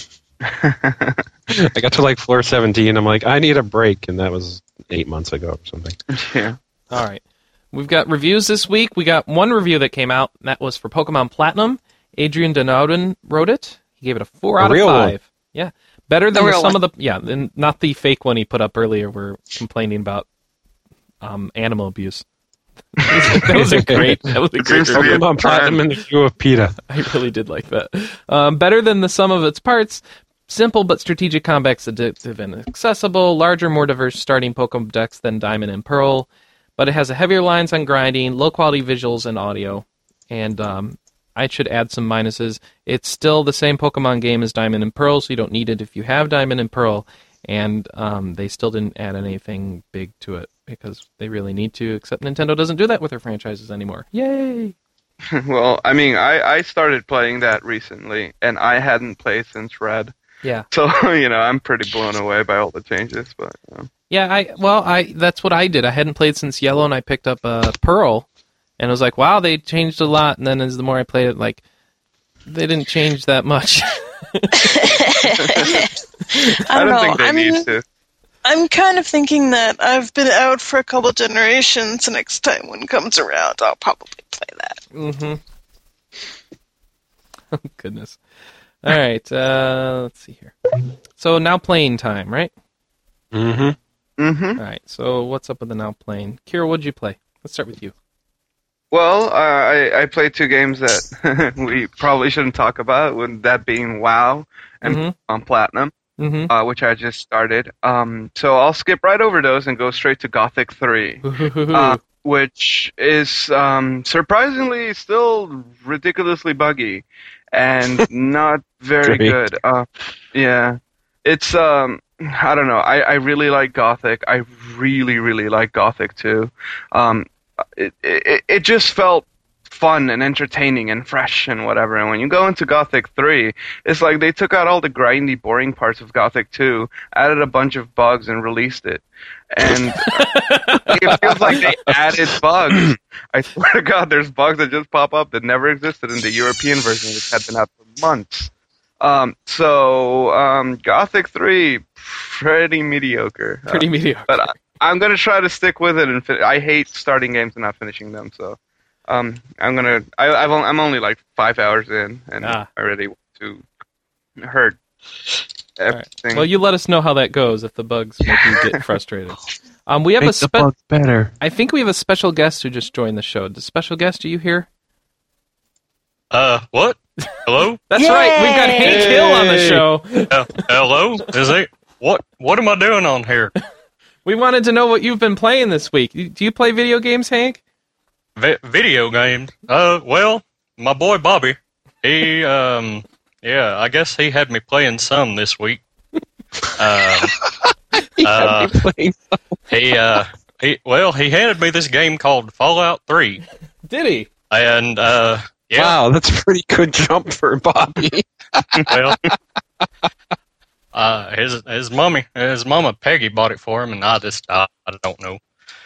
I got to like floor 17. I'm like, I need a break, and that was eight months ago or something. Yeah. All right. We've got reviews this week. We got one review that came out. and That was for Pokemon Platinum. Adrian Denouden wrote it. He gave it a four The out of real five. one. Yeah, better The than real some of one. the yeah, than- not the fake one he put up earlier. We're complaining about um, animal abuse. that was a great. That was a great. seems to be review. a Pokemon Platinum and the View of Peta. I really did like that. Um, better than the sum of its parts. Simple but strategic combat's addictive and accessible. Larger, more diverse starting Pokedex than Diamond and Pearl, but it has a heavier lines on grinding, low quality visuals and audio. And um, I should add some minuses. It's still the same Pokemon game as Diamond and Pearl, so you don't need it if you have Diamond and Pearl. And um, they still didn't add anything big to it because they really need to. Except Nintendo doesn't do that with their franchises anymore. Yay! Well, I mean, I, I started playing that recently, and I hadn't played since Red. Yeah. So, you know, I'm pretty blown away by all the changes, but um, you know. Yeah, I well, I that's what I did. I hadn't played since Yellow, and I picked up uh, Pearl, and I was like, wow, they changed a lot. And then as the more I played it, like they didn't change that much. I I don't, don't know. think they I mean, need to. I'm kind of thinking that I've been out for a couple generations. and Next time one comes around, I'll probably play that. Mm-hmm. Oh goodness. All right. Uh, let's see here. So now playing time, right? Mm-hmm. hmm All right. So what's up with the now playing? Kira, what'd you play? Let's start with you. Well, uh, I I played two games that we probably shouldn't talk about. With that being WoW and Mhm. on Platinum, Mm-hmm. uh, which I just started. Um, so I'll skip right over those and go straight to Gothic Three. Mm-hmm. Uh, which is um, surprisingly still ridiculously buggy and not very Great. good. Uh, yeah, it's um, I don't know. I, I really like Gothic. I really really like Gothic too. Um, it, it it just felt fun and entertaining and fresh and whatever. And when you go into Gothic three, it's like they took out all the grindy, boring parts of Gothic two, added a bunch of bugs, and released it. And it feels like they added bugs. I swear to God, there's bugs that just pop up that never existed in the European version, which had been out for months. Um, so, um, Gothic 3, pretty mediocre. Uh, Pretty mediocre. but I, I'm going to try to stick with it. And fin- I hate starting games and not finishing them. So, um, I'm going to. I've on- I'm only like five hours in, and Ah. I already want to hurt right. everything. Well, you let us know how that goes if the bugs make you get frustrated. Um, we have a Make the spe- bug better. I think we have a special guest who just joined the show. The special guest, are you here? Uh, what? Hello? That's right. We've got Hank Hill on the Yay! show. Uh, hello? Is it? What? What am I doing on here? We wanted to know what you've been playing this week. You- Do you play video games, Hank? Vi video games? Uh, well, my boy Bobby, he um, yeah, I guess he had me playing some this week. Um, uh, Playing- he uh, he well, he handed me this game called Fallout Three, Did he? and uh, yeah, Wow, that's a pretty good jump for Bobby. well, uh, his his mommy, his mama Peggy bought it for him, and I just I, I don't know,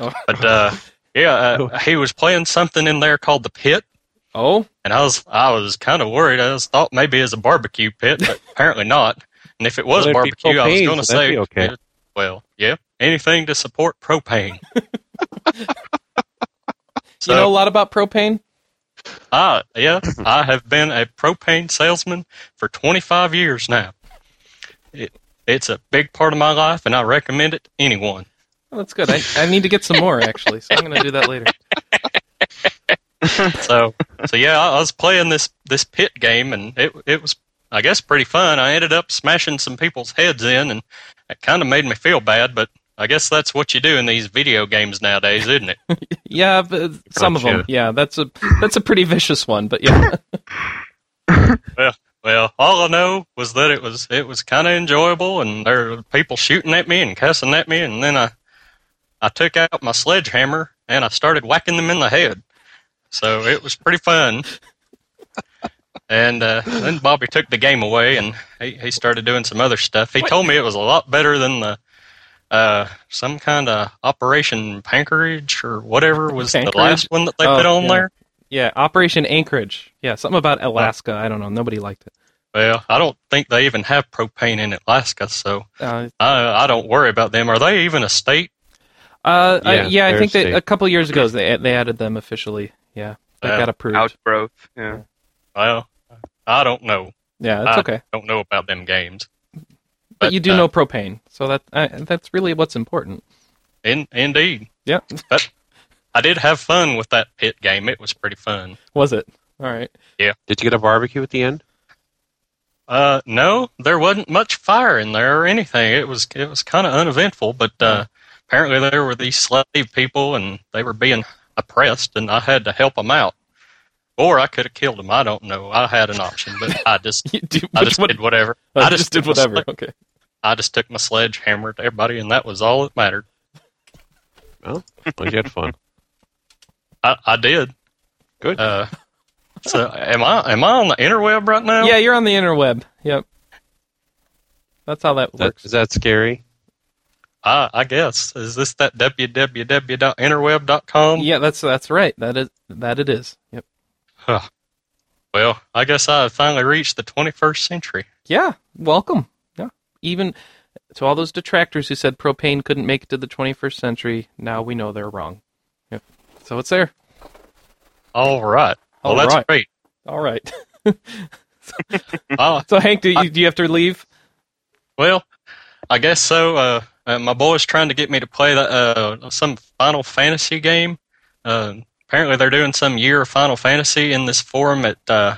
Oh. but uh, yeah, Oh. uh, he was playing something in there called the pit, Oh, and I was I was kind of worried. I just thought maybe it's a barbecue pit, but apparently not. And if it was Well, it'd be barbecue, I was propane, going to so that'd say, be okay. well, yeah, anything to support propane. so, you know a lot about propane. I, yeah, I have been a propane salesman for 25 years now. It, it's a big part of my life, and I recommend it to anyone. Oh, that's good. I, I need to get some more actually, so I'm going to do that later. So, so yeah, I, I was playing this this pit game, and it it was, I guess, pretty fun. I ended up smashing some people's heads in, and it kind of made me feel bad. But I guess that's what you do in these video games nowadays, isn't it? Yeah, but some of them. Gotcha. Yeah, that's a that's a pretty vicious one, but yeah. Well, all I know was that it was it was kind of enjoyable, and there were people shooting at me and cussing at me, and then I I took out my sledgehammer and I started whacking them in the head. So it was pretty fun. And uh, then Bobby took the game away, and he, he started doing some other stuff. He told me it was a lot better than the uh, some kind of Operation Pankerage or whatever was Pankerage? the last one that they Oh, put on yeah. there. Yeah, Operation Anchorage. Yeah, something about Alaska. I don't know. Nobody liked it. Well, I don't think they even have propane in Alaska, so Uh, I, I don't worry about them. Are they even a state? uh, I- yeah, Yeah, I they're think that safe. a couple years ago they they added them officially. Yeah, they Uh, got approved. Outgrowth. Yeah. Well, I don't know. Yeah, that's Uh, okay. Don't know about them games. But you do uh, know propane, so that uh, that's really what's important. In, indeed, Yeah, I did have fun with that pit game. It was pretty fun. was it? All right. Did you get a barbecue at the end? Uh, no, there wasn't much fire in there or anything. It was it was kind of uneventful, but uh, apparently there were these slave people and they were being oppressed, and I had to help them out. Or I could have killed them. I don't know. I had an option, but I just You do- I which just one- did whatever. oh, I you just did did what's whatever. like- Okay. I just took my sledgehammer to everybody, and that was all that mattered. Well, well, you had fun. I, I did. Good. Uh, so am I? Am I on the interweb right now? Yeah, you're on the interweb. Yep. That's how that Is that, works. is that scary? I, I guess is this that www.interweb.com? yeah, that's that's right. That is that it is. Yep. Well, I guess I have finally reached the 21st century. Yeah. Welcome. even to all those detractors who said propane couldn't make it to the 21st century, now we know they're wrong. Yep. So it's there. All right. Well, All that's right. great. All right. Uh, So Hank, do you, do you have to leave? well, I guess so. Uh, uh, my boy's trying to get me to play the, uh, some Final Fantasy game. Uh, apparently, they're doing some year of Final Fantasy in this forum at uh,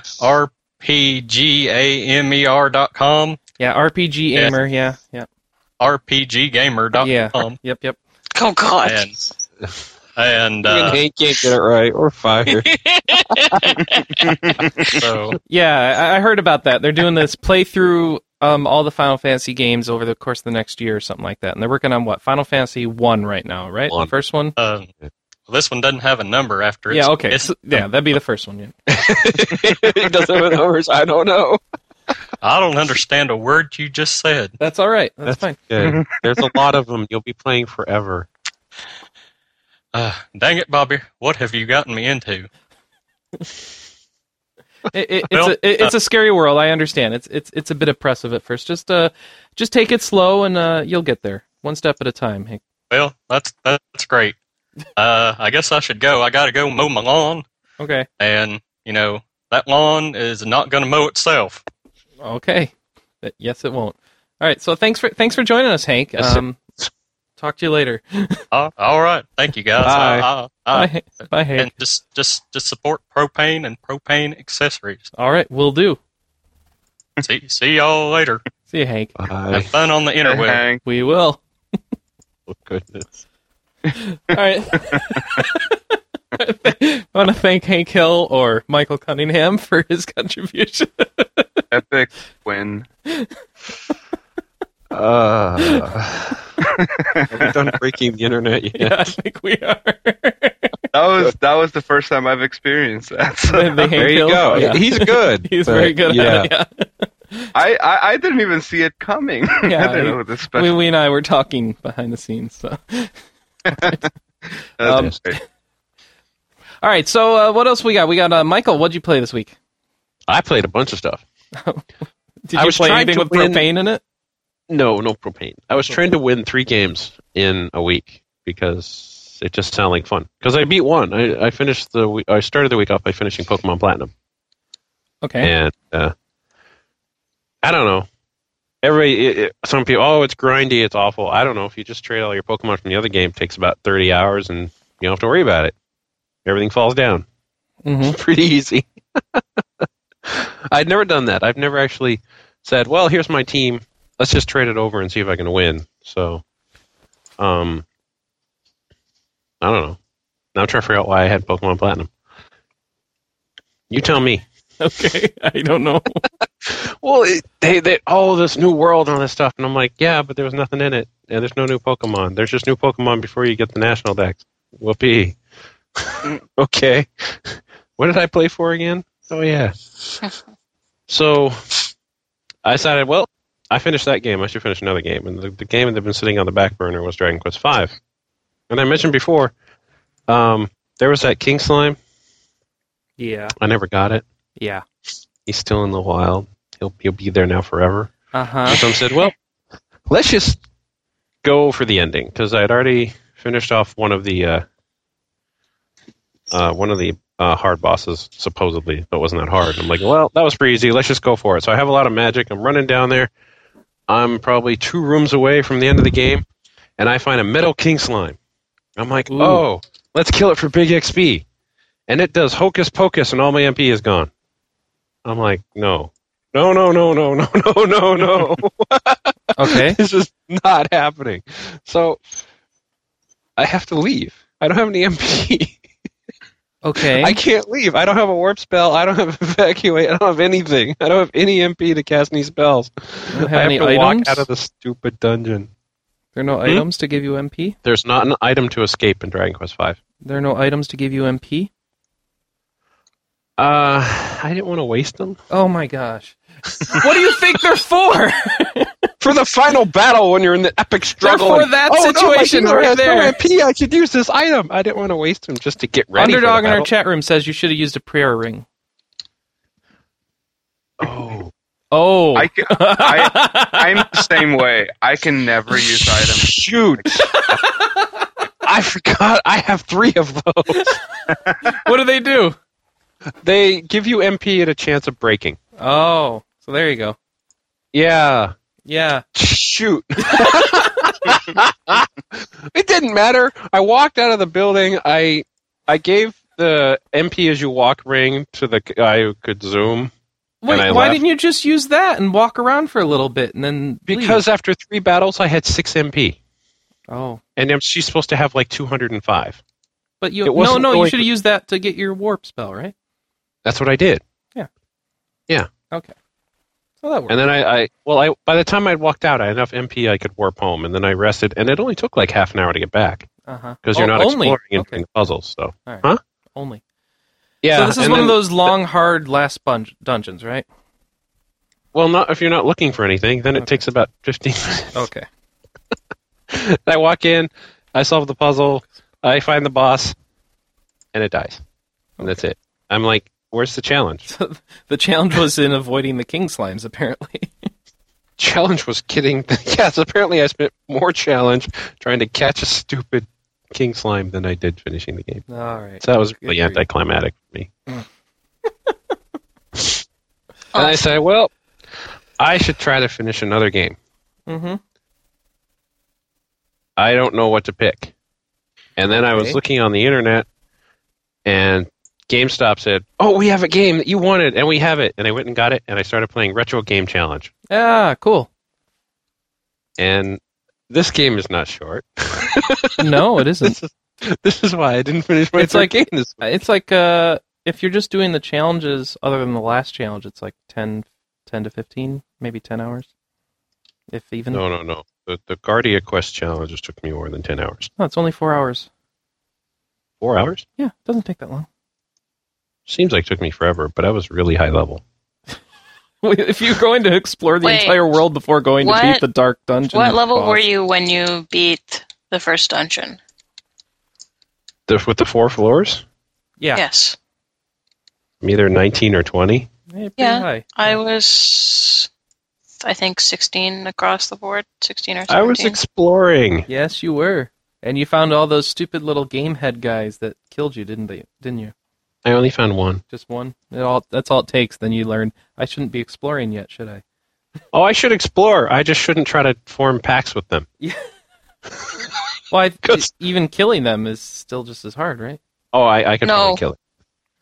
E rpgamer.com. Yeah, RPG Yeah. Aimer. Yeah, yeah, rpggamer.com. yeah. Yep, yep. Oh God. And, and Even uh, Hank can't get it right or fired. so Yeah, I, I heard about that. They're doing this playthrough um, all the Final Fantasy games over the course of the next year or something like that. And they're working on what Final Fantasy One right now, right? One. The first one. um, this one doesn't have a number after it. Yeah. Okay. It's, So- yeah, that'd be the first one. Yeah. it doesn't have numbers. I don't know. I don't understand a word you just said. That's all right. That's, fine. Okay. There's a lot of them. You'll be playing forever. Uh, dang it, Bobby. What have you gotten me into? It, it, it's Well, a it, uh, it's a scary world. I understand. It's it's it's a bit oppressive at first. Just uh, just take it slow and uh, you'll get there one step at a time. Hank. Well, that's that's great. Uh, I guess I should go. I gotta go mow my lawn, Okay. and you know that lawn is not gonna mow itself. Okay. But yes, it won't. All right. So thanks for thanks for joining us, Hank. Yes, sir. Um, talk to you later. Uh, all right, thank you guys. Bye. I- I- I- Uh, Bye. Hank. Bye, Hank. and just just just support propane and propane accessories. All right, we'll do. see see y'all later. See you, Hank. Bye. Have fun on the interweb. Hank. We will. Oh, goodness. All right. I want to thank Hank Hill or Michael Cunningham for his contribution. Epic win. Uh, Are Ah. we done breaking the internet yet? yeah, I think we are. That was that was the first time I've experienced that. So The Hank There you Hill, go. yeah. He's good. He's but very good Yeah. at it. Yeah. I, I I didn't even see it coming. Yeah, I didn't know this special. We, we and I were talking behind the scenes. So. that's um, great. All right, so uh, what else we got? We got uh, Michael. What'd you play this week? I played a bunch of stuff. Did I you was play trying anything to with win- propane in it? No, no propane. I was trying to win three games in a week because it just sounded like fun. Because I beat one. I, I finished the. we- I started the week off by finishing Pokemon Platinum, Okay. and uh, I don't know. Everybody, it, it- some people, oh, it's grindy, it's awful. I don't know. If you just trade all your Pokemon from the other game, it takes about thirty hours, and you don't have to worry about it. Everything falls down. hmm pretty easy. I'd never done that. I've never actually said, "Well, here's my team. Let's just trade it over and see if I can win." So, um, I don't know. Now I'm trying to figure out why I had Pokemon Platinum. You tell me. Okay. I don't know. Well, it, they they all this new world and all this stuff, and I'm like, yeah, but there was nothing in it, and there's no new Pokemon. There's just new Pokemon before you get the national decks. Whoopee. okay. What did I play for again? Oh yeah. so I decided, well, I finished that game. I should finish another game, and the, the game that had been sitting on the back burner was Dragon Quest V. And I mentioned before, um, there was that King Slime. Yeah. I never got it. Yeah. He's still in the wild. He'll he'll be there now forever. Uh huh. And some said, well, let's just go for the ending because I had already finished off one of the uh, uh, one of the uh, hard bosses supposedly, but it wasn't that hard. I'm like, well, that was pretty easy. Let's just go for it. So I have a lot of magic. I'm running down there. I'm probably two rooms away from the end of the game, and I find a metal king slime. I'm like, Ooh. oh, let's kill it for big XP, and it does hocus pocus, and all my MP is gone. I'm like, no, no, no, no, no, no, no, no, no. Okay. this is not happening. So I have to leave. I don't have any MP. Okay. I can't leave. I don't have a warp spell. I don't have evacuate. I don't have anything. I don't have any MP to cast any spells. don't have I have any to items? walk out of the Hmm? stupid dungeon. There are no items to give you MP. There's not an item to escape in Dragon Quest V. There are no items to give you MP. Uh, I didn't want to waste them Oh my gosh. what do you think they're for? for the final battle when you're in the epic struggle. for and, that "Oh, no, my situation hero right has no there." MP. I could use this item. I didn't want to waste them just to get ready. for the Underdog in our battle. chat room says you should have used a prayer ring. Oh, Oh. I can, I- I'm the same way. I can never use items. Shoot. I forgot I have three of those. what do they do? They give you MP at a chance of breaking. Oh, so there you go. Yeah. Yeah. Shoot. it didn't matter. I walked out of the building. I I gave the MP as you walk ring to the guy who could zoom. Wait, I why left. didn't you just use that and walk around for a little bit and then leave? Because after three battles I had six MP. oh, And I'm- she's supposed to have like two hundred and five. but you It no wasn't no you going- should have used that to get your warp spell right. That's what I did. So that worked. And then I, I well I by the time I'd walked out I had enough MP I could warp home and then I rested and it only took like half an hour to get back. uh-huh. because you're Oh, not only. exploring and okay, doing puzzles. So only. yeah, so this is and one of then- those long, hard last bunge- dungeons, right? Well, not if you're not looking for anything, then it Okay. takes about 15 minutes. Okay. I walk in, I solve the puzzle, I find the boss, and it dies. And that's it. I'm like, where's the challenge? The challenge was in avoiding the king slimes, apparently. Challenge was kidding. yes, apparently I spent more challenge trying to catch a stupid king slime than I did finishing the game. All right. So that was Good really grief. anticlimactic for me. and I said, well, I should try to finish another game. Mm-hmm. I don't know what to pick. And then I was Okay. looking on the internet, and GameStop said, "Oh, we have a game that you wanted, and we have it." And I went and got it, and I started playing Retro Game Challenge. Ah, cool. And this game is not short. No, it isn't. this is this is why I didn't finish my It's third like- game. This Uh, It's like uh, if you're just doing the challenges other than the last challenge, it's like 10, 10 to 15, maybe 10 hours. If even. No, no, no, no. The the Guardia Quest challenges took me more than ten hours. it's only four hours. Four hours Yeah, it doesn't take that long. seems like it took me forever, but I was really high level. If you're going to explore the Wait. entire world before going What- to beat the dark dungeon. What level boss- were you when you beat the first dungeon? The, with the four floors, Yeah. Yes. I'm either nineteen or twenty. eh, pretty Yeah. high. I was, I think, 16 across the board, 16 or 17. I was exploring. Yes, you were. And you found all those stupid little game head guys that killed you, didn't they? Didn't you? I only found one. Just one. It all that's all it takes. Then you learn I shouldn't be exploring yet, should I? Oh, I should explore. I just shouldn't try to form packs with them. Well, I, e, Because- even killing them is still just as hard, right? Oh, I, I could No. probably kill it.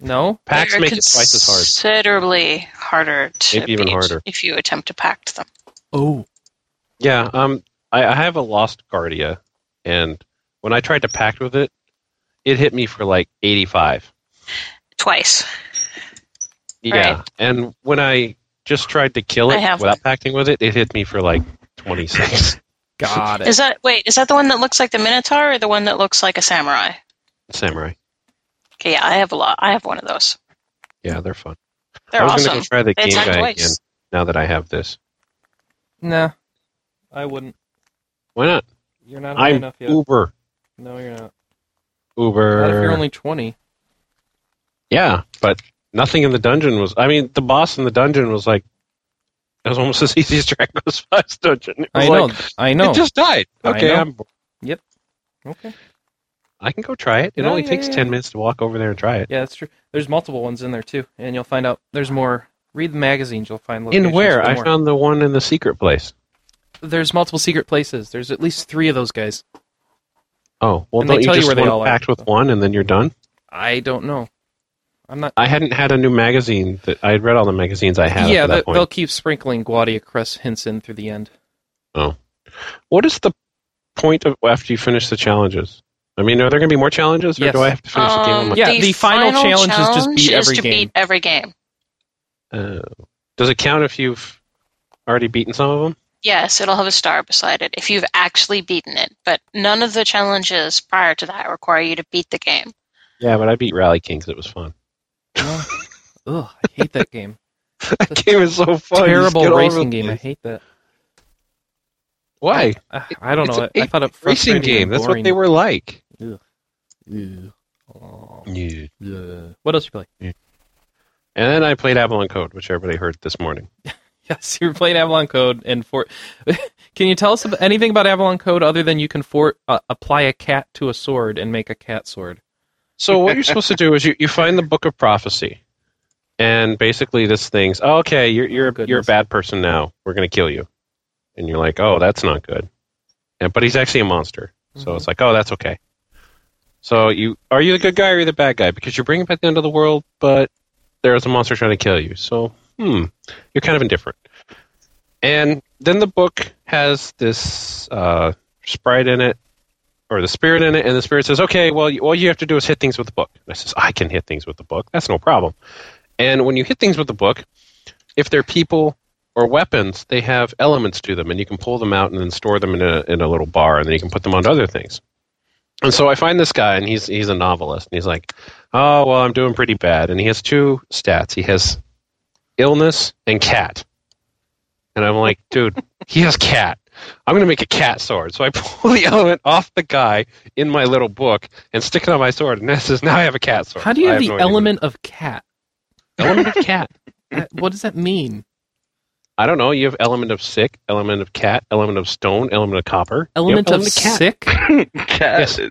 No. Packs They're make it twice as hard. Considerably harder to Maybe even beat harder. if you attempt to pact them. Oh. Yeah, um, I, I have a lost Guardia, and when I tried to pact with it, it hit me for like 85. Twice. Yeah, and when I just tried to kill I it have without pacting with it, it hit me for like 26 Got it. Is that wait? Is that the one that looks like the Minotaur, or the one that looks like a samurai? samurai. Okay, yeah, I have a lot. I have one of those. Yeah, they're fun. They're I was awesome. gonna go try the They game attack guy twice. again now that I have this. Nah. I wouldn't. Why not? You're not high I'm enough yet. Uber. No, you're not. Uber. Not if you're only twenty. Yeah, but nothing in the dungeon was. I mean, the boss in the dungeon was like. It was almost as easy as Dracula's Five's dungeon. It was I know. like, I know. It just died. I Okay, know. I'm. bo- okay. I can go try it. It No, only yeah, takes yeah, ten yeah. minutes to walk over there and try it. Yeah, that's true. There's multiple ones in there too, and you'll find out there's more. Read the magazines, you'll find locations in where for I more. found the one in the secret place. there's multiple secret places. There's at least three of those guys. Oh well, And they don't you tell you just where they want all to are, pact with so. one and then you're done? I don't know. I'm not. I hadn't had a new magazine that I had read all the magazines I had yeah, at they- that they'll point. keep sprinkling Guadia Crest hints in through the end. What is the point of after you finish the challenges? I mean, are there going to be more challenges, or Yes. do I have to finish the game? on Um, my- Yeah, the final challenge is just beat challenge is every to game. beat every game. Uh, does it count if you've already beaten some of them? Yes, it'll have a star beside it if you've actually beaten it. But none of the challenges prior to that require you to beat the game. Yeah, but I beat Rally Kings. It was fun. Ugh, I hate that game. that game is so fun. You just get Terrible all racing over- game. I hate that. Why? Uh, I don't It's know. an I I thought it Racing frustrating game. and That's what boring. they were like. Ew. Oh, Yeah. yeah. What else you play? And then I played Avalon Code, which everybody heard this morning. Yes, you're playing Avalon Code and for. Can you tell us about, anything about Avalon Code other than you can for, uh, apply a cat to a sword and make a cat sword? So what you're supposed to do is you, you find the book of prophecy, and basically this thing's "Oh, okay. You're you're Goodness. you're a bad person now. We're gonna kill you, and you're like, oh, that's not good. And, but he's actually a monster, so Mhm. it's like, oh, that's okay. So you are you the good guy or are you the bad guy? Because you're bringing back the end of the world, but there's a monster trying to kill you. So hmm, you're kind of indifferent. And then the book has this uh, sprite in it or the spirit in it, and the spirit says, "Okay, well, you, all you have to do is hit things with the book." And I says, "I can hit things with the book. That's no problem." And when you hit things with the book, if they're people or weapons, they have elements to them, and you can pull them out and then store them in a in a little bar, and then you can put them onto other things. And so I find this guy, and he's he's a novelist, and he's like, "Oh, well, I'm doing pretty bad," and he has two stats. He has illness and cat, and I'm like, "Dude, he has cat." I'm going to make a cat sword. So I pull the element off the guy in my little book and stick it on my sword. And that says, now I have a cat sword. How do you I have the no idea. element of cat? element of cat? That- what does that mean? I don't know. You have element of sick, element of cat, element of stone, element of copper. You have Element of cat. sick? Cat. Yes.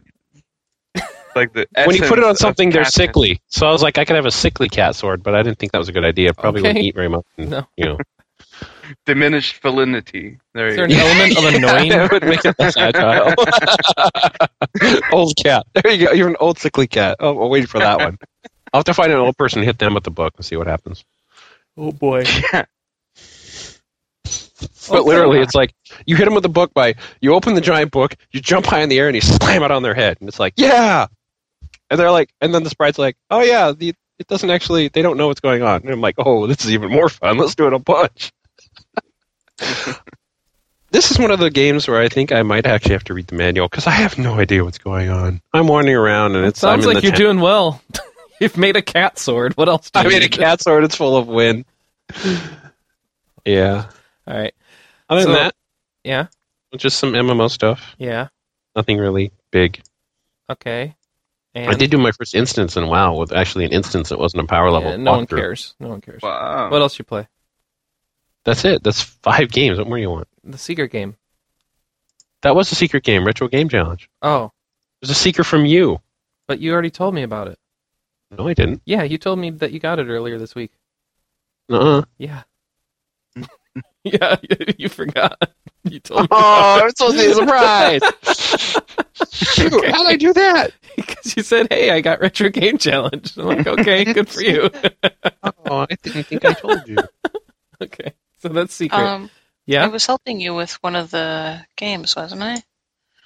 Like the When you put it essence on of something, they're catnip. sickly. So I was like, I could have a sickly cat sword, but I didn't think that was a good idea. Probably Okay. wouldn't eat very much. and, No. You know, Diminished felinity. There Is there you go. an element of annoying? it would make it less agile. old cat. There you go. You're an old sickly cat. Oh, I'll wait for that one. I'll have to find an old person, hit them with the book, and see what happens. Oh boy. But literally, it's like you hit them with the book by you open the giant book, you jump high in the air, and you slam it on their head, and it's like yeah, and they're like, and then the sprite's like, oh yeah, the, it doesn't actually, they don't know what's going on, and I'm like, oh, this is even more fun. Let's do it a bunch. this is one of the games where I think I might actually have to read the manual because I have no idea what's going on. I'm wandering around, and it's Sounds I'm in like the you're tent. doing well. You've made a cat sword. What else? Do I you made a need? cat sword. It's full of wind. yeah. All right. Other So- than that, Yeah. just some MMO stuff. Yeah. Nothing really big. Okay. And I did do my first instance in WoW with actually an instance that wasn't a power level. yeah, no one walkthrough. cares. No one cares. Wow. What else you play? That's it. That's five games. What more do you want? The Seeker game. That was a secret game, Retro Game Challenge. Oh, It was a secret from you. but you already told me about it. No, I didn't. Yeah, you told me that you got it earlier this week. Uh-uh. Yeah. yeah, you forgot. You told me Oh, it's supposed to be a surprise. Shoot, how'd I do that? because you said, "Hey, I got Retro Game Challenge." I'm like, "Okay, good for you." Oh, I didn't think I told you. okay, so that's secret. Um, I yeah, was helping you with one of the games, wasn't I?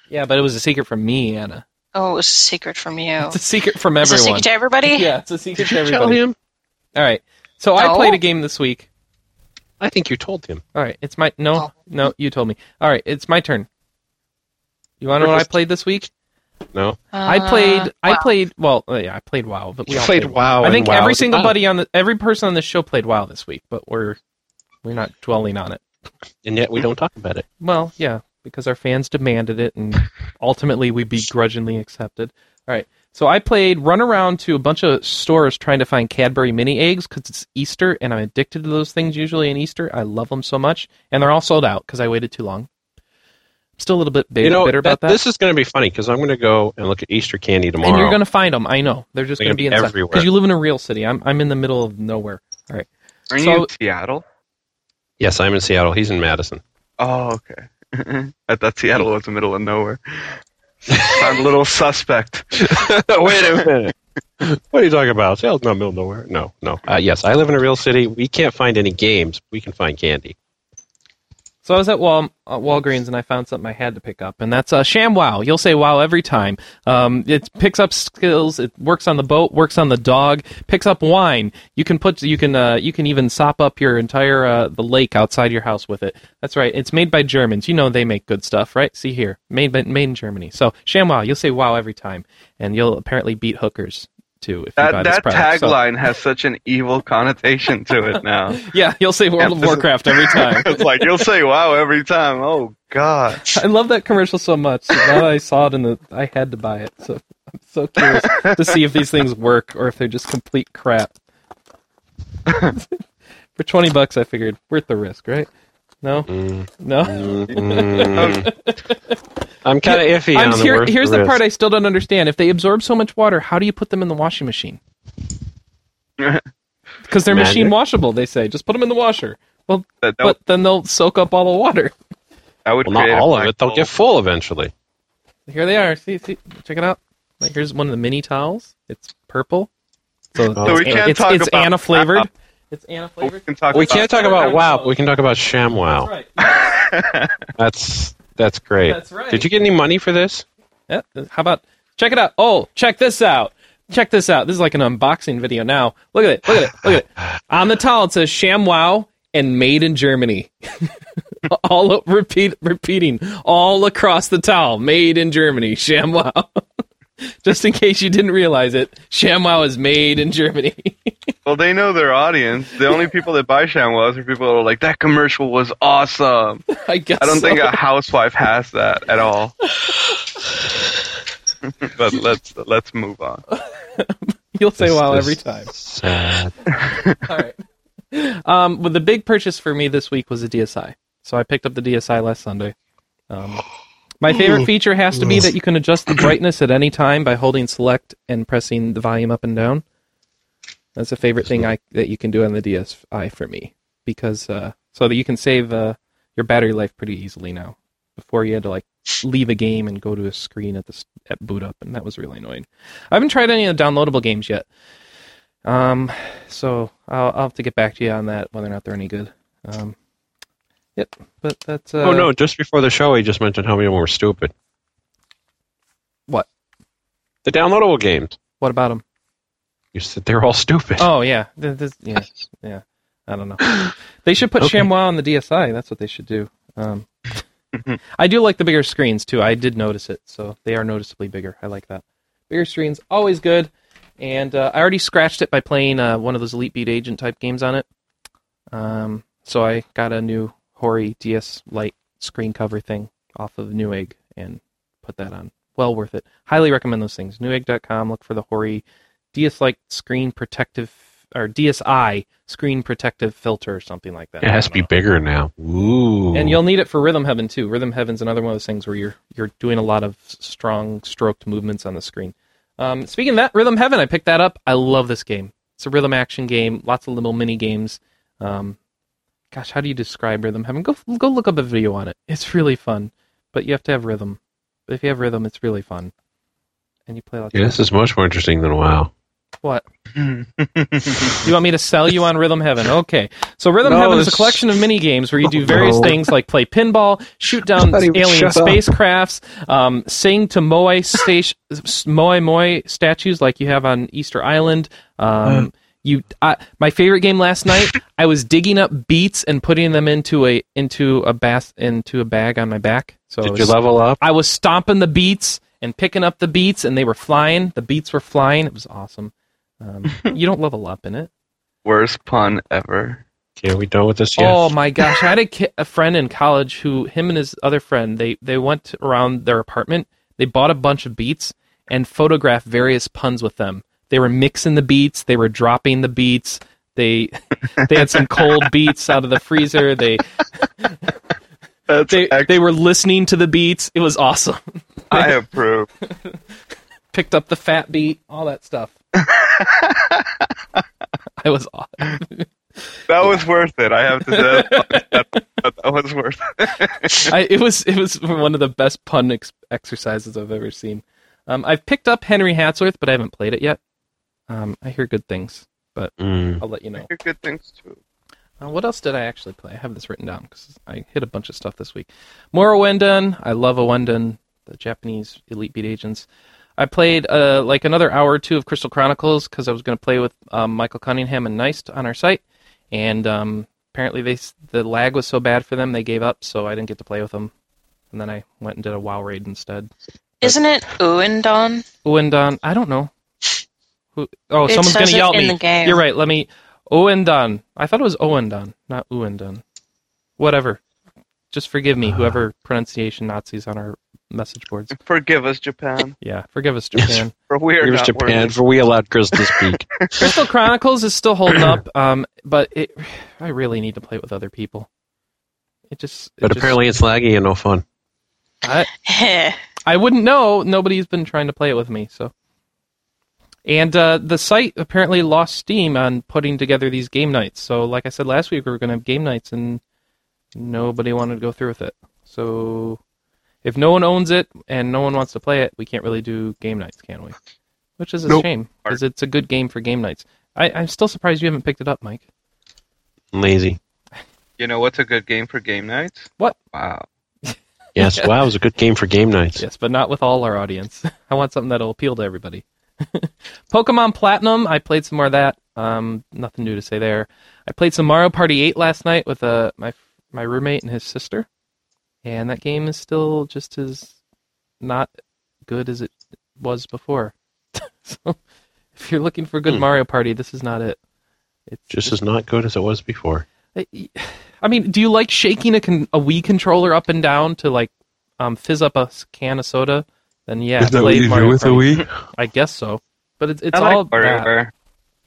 yeah, but it was a secret from me, Anna. Oh, it was a secret from you. It's a secret from It's a everyone. secret to everybody. yeah, it's a secret to Tell everybody. him. All right, so I No. played a game this week. I think you told him. All right, it's my no, Oh. no. You told me. All right, it's my turn. You want to know what I played this week? No. I played. Uh, I wow. played. Well, uh, yeah, I played WoW. But we You all played WoW. I and think WoW every is single about it. buddy on the every person on this show played WoW this week, but we're we're not dwelling on it. And yet we don't talk about it. Well, yeah, because our fans demanded it, and ultimately we begrudgingly accepted. All right, so I played run around to a bunch of stores trying to find Cadbury mini eggs because it's Easter, and I'm addicted to those things usually in Easter. I love them so much, and they're all sold out because I waited too long. I'm still a little bit bitter, you know, bitter about that. this is going to be funny because I'm going to go and look at Easter candy tomorrow. And you're going to find them. I know they're just They're going to be gonna be inside everywhere. because you live in a real city. I'm I'm in the middle of nowhere. All right. Are you So- in Seattle? Yes, I'm in Seattle. He's in Madison. Oh, okay. I thought Seattle was the middle of nowhere. Sound a little suspect. Wait a minute. What are you talking about? Seattle's not middle of nowhere. No, no. Uh, yes, I live in a real city. We can't find any games. We can find candy. So I was at Wal- uh, Walgreens and I found something I had to pick up, and that's uh, Sham Wow. You'll say Wow every time. Um, it picks up skills. It works on the boat. Works on the dog. Picks up wine. You can put. You can. Uh, you can even sop up your entire uh, the lake outside your house with it. That's right. It's made by Germans. You know they make good stuff, right? See here, made by, made in Germany. So Sham Wow. You'll say Wow every time, and you'll apparently beat hookers too if you buy That this that product. So- tagline has such an evil connotation to it now. yeah, you'll say World of Emphasis- Warcraft every time. it's like you'll say "wow" every time. Oh God! I love that commercial so much. that Now that I saw it in the, I had to buy it. So I'm so curious to see if these things work or if they're just complete crap. For twenty bucks, I figured worth the risk, right? No, Mm, no. mm, mm. I'm kind of iffy I'm on the here- worth here's the risk. part I still don't understand. If they absorb so much water, how do you put them in the washing machine? Because they're machine Magic. washable, they say. Just put them in the washer. Well, That, that, would, but then they'll soak up all the water. that would Well, not create a all of black it. They'll hole. get full eventually. Here they are. See, see, check it out. Like here's one of the mini towels. It's purple. So, So it's, we can't it's, talk it's about- Anna flavored. It's Anna We flavored. can talk We about can't talk about wow, but we can talk about sham That's wow. right. That's that's great. That's right. Did you get any money for this? Yeah, how about check it out? Oh, check this out. Check this out. This is like an unboxing video now. Look at it. Look at it. Look at it. On the towel it says Sham Wow and made in Germany. all o- repeat repeating all across the towel. Made in Germany. Sham Wow. Just in case you didn't realize it, Sham Wow is made in Germany. Well, they know their audience. The only people that buy ShamWows are people that are like, that commercial was awesome. I guess. I don't so. think a housewife has that at all. but let's let's move on. you'll say This- wow this- every time. Sad. All right. Um, well, the big purchase for me this week was a DSI. So I picked up the DSI last Sunday. Um, my favorite feature has to be that you can adjust the brightness at any time by holding select and pressing the volume up and down. That's a favorite thing I that you can do on the DSI for me because uh, so that you can save uh, your battery life pretty easily now. Before you had to like leave a game and go to a screen at the s- at boot up, and that was really annoying. I haven't tried any of the downloadable games yet. Um, so I'll, I'll have to get back to you on that whether or not they're any good. Um, yep, but that's uh, oh no! Just before the show, he just mentioned how many of them were stupid. What? The downloadable games. What about them? You said they're all stupid. Oh yeah, Th- this- yeah, yeah. I don't know. They should put Okay. ShamWow on the DSI. That's what they should do. Um, I do like the bigger screens too. I did notice it, so they are noticeably bigger. I like that. Bigger screens always good. And uh, I already scratched it by playing uh, one of those Elite Beat Agent type games on it. Um, so I got a new Hori DS Lite screen cover thing off of Newegg and put that on. Well worth it. Highly recommend those things. Newegg.com. Look for the Hori DS Lite screen protective or DSI screen protective filter or something like that. it has to I don't be know. bigger now. Ooh. And you'll need it for Rhythm Heaven too. Rhythm Heaven's another one of those things where you're you're doing a lot of strong stroked movements on the screen. Um, speaking of that, Rhythm Heaven, I picked that up. I love this game. It's a rhythm action game. Lots of little mini games. Um, gosh, how do you describe Rhythm Heaven? Go go look up a video on it. It's really fun, but you have to have rhythm. But if you have rhythm, it's really fun, and you play lots. Yeah, this is much more interesting than wow. of What? You want me to sell you on Rhythm Heaven? Okay. So Rhythm No, Heaven is a it's- collection of mini games where you do various No. things like play pinball, shoot down Buddy, alien shut up. spacecrafts, um, sing to Moai stas- Moai Moai statues like you have on Easter Island. Uh. Um, you, I, my favorite game last night. I was digging up beats and putting them into a into a bath into a bag on my back. So I Did was you level up? I was stomping the beats and picking up the beats, and they were flying. The beats were flying. It was awesome. Um, you don't level up in it. Worst pun ever. Okay, are we done with this yet? Oh my gosh! I had a, ki- a friend in college who him and his other friend they they went around their apartment. They bought a bunch of beats and photographed various puns with them. They were mixing the beats. They were dropping the beats. They they had some cold beats out of the freezer. They That's they ex- they were listening to the beats. It was awesome. I approve. Picked up the fat beat, all that stuff. I was awesome. That was worth it. I have to say that, that, that was worth it. I, it was it was one of the best pun ex- exercises I've ever seen. Um, I've picked up Henry Hatsworth, but I haven't played it yet. Um, I hear good things. Mm. I'll let you know. Good things too. Uh, what else did I actually play? I have this written down because I hit a bunch of stuff this week. Morrowind. I love Owendon, the Japanese Elite Beat agents. I played uh, like another hour or two of Crystal Chronicles because I was going to play with um, Michael Cunningham and Neist on our site, and um, apparently they s- the lag was so bad for them they gave up, so I didn't get to play with them. And then I went and did a WoW raid instead. Isn't it Uindon? Owendon. I don't know. Who, oh, It someone's says going to it yell at in me. the game. You're right. Let me. Owendon. I thought it was Owendon, not Uendon. Whatever. just forgive me, whoever pronunciation Nazis on our message boards. Forgive us, Japan, Yeah, forgive us, Japan. for we are Here's not Japan, worthy. for we allowed Chris to speak. Crystal Chronicles is still holding up, um, but it, I really need to play it with other people. It just, it but just- apparently it's laggy and no fun. I, Heh. I wouldn't know. Nobody's been trying to play it with me, so. And uh, the site apparently lost steam on putting together these game nights. So, like I said last week, we were going to have game nights, and nobody wanted to go through with it. So, if no one owns it and no one wants to play it, we can't really do game nights, can we? Which is a Nope. shame because it's a good game for game nights. I, I'm still surprised you haven't picked it up, Mike. Lazy. You know what's a good game for game nights? What? Wow. Yes, wow, it was a good game for game nights. Yes, but not with all our audience. I want something that'll appeal to everybody. Pokemon Platinum, I played some more of that. Um, nothing new to say there. I played some Mario Party 8 last night with uh, my my roommate and his sister, and that game is still just as not good as it was before. so, if you're looking for good Hmm. Mario Party, this is not it. It's Just as not good as it was before. Uh, I mean, do you like shaking a con- a Wii controller up and down to like um, fizz up a s- can of soda? Then yeah, play Mario Party. I guess so. But it's it's I like all Mario that. Bar.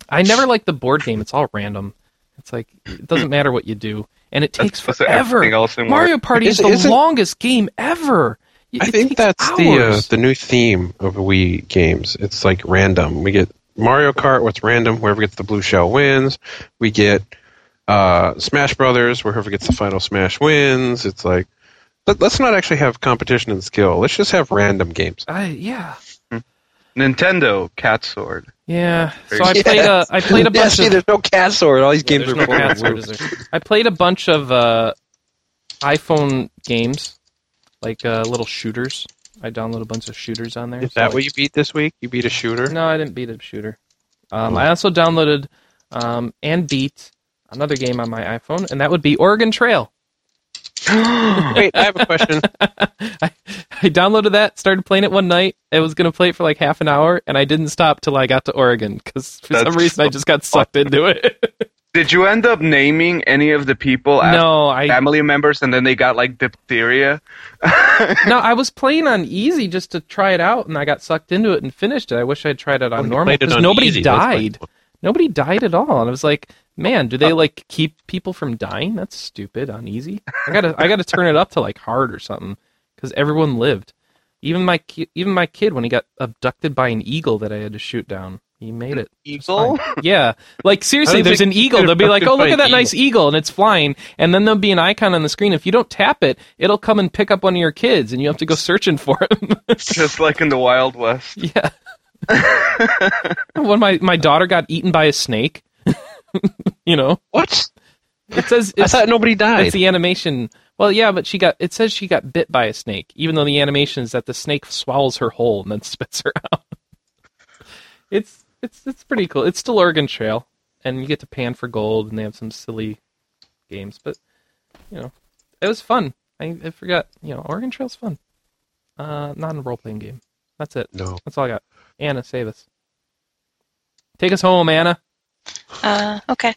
I never like the board game. It's all random. It's like it doesn't matter what you do, and it That's takes supposed to everything forever. else in Mario Party is, Is- the is it- longest game ever. Y- I it think takes that's the uh, hours. the new theme of Wii games. It's like random. We get Mario Kart, what's random. Whoever gets the blue shell wins. We get uh, Smash Brothers, where whoever gets the final Smash wins. It's like let, let's not actually have competition and skill. Let's just have random games. I, yeah, Nintendo Cat Sword. yeah. So I Yes. played a I played a yeah, bunch see, of there's no cat sword. All these Yeah, games there's are no fucking cat weird. sword, is there? I played a bunch of uh, iPhone games, like uh, little shooters. I downloaded a bunch of shooters on there. Is so that like- what you beat this week? You beat a shooter? No, I didn't beat a shooter. Hmm. Um, I also downloaded um, and beat another game on my iPhone, and that would be Oregon Trail. Wait, I have a question. I, I downloaded that, started playing it one night. I was gonna play it for like half an hour, and I didn't stop till I got to Oregon because for some That's reason I just got sucked into it. Did you end up naming any of the people as no, I family members and then they got like diphtheria? no, I was playing on easy just to try it out, and I got sucked into it and finished it. I wish I'd tried it on Oh, You normal played it because on nobody easy, that's like- died. Nobody died at all, and I was like, "Man, do they Oh. like keep people from dying? That's stupid on easy. I gotta, I gotta turn it up to like hard or something because everyone lived. Even my, ki- even my kid when he got abducted by an eagle that I had to shoot down, he made it. It's fine. Yeah, like seriously, don't there's an think eagle. they're They'll be like, affected "Oh, look by at that eagle." nice eagle," and it's flying, and then there'll be an icon on the screen. If you don't tap it, it'll come and pick up one of your kids, and you have to go searching for him. Just like in the Wild West. yeah. when my my daughter got eaten by a snake, you know, What? it says I it's, thought nobody died. it's e- the animation. Well, yeah, but she got it says she got bit by a snake, even though the animation is that the snake swallows her whole and then spits her out. it's it's it's pretty cool. It's still Oregon Trail, and you get to pan for gold, and they have some silly games, but you know, it was fun. I, I forgot, you know, Oregon Trail's fun. Uh, not a role playing game. That's it. No. That's all I got. Anna, save us. Take us home, Anna. Uh, okay.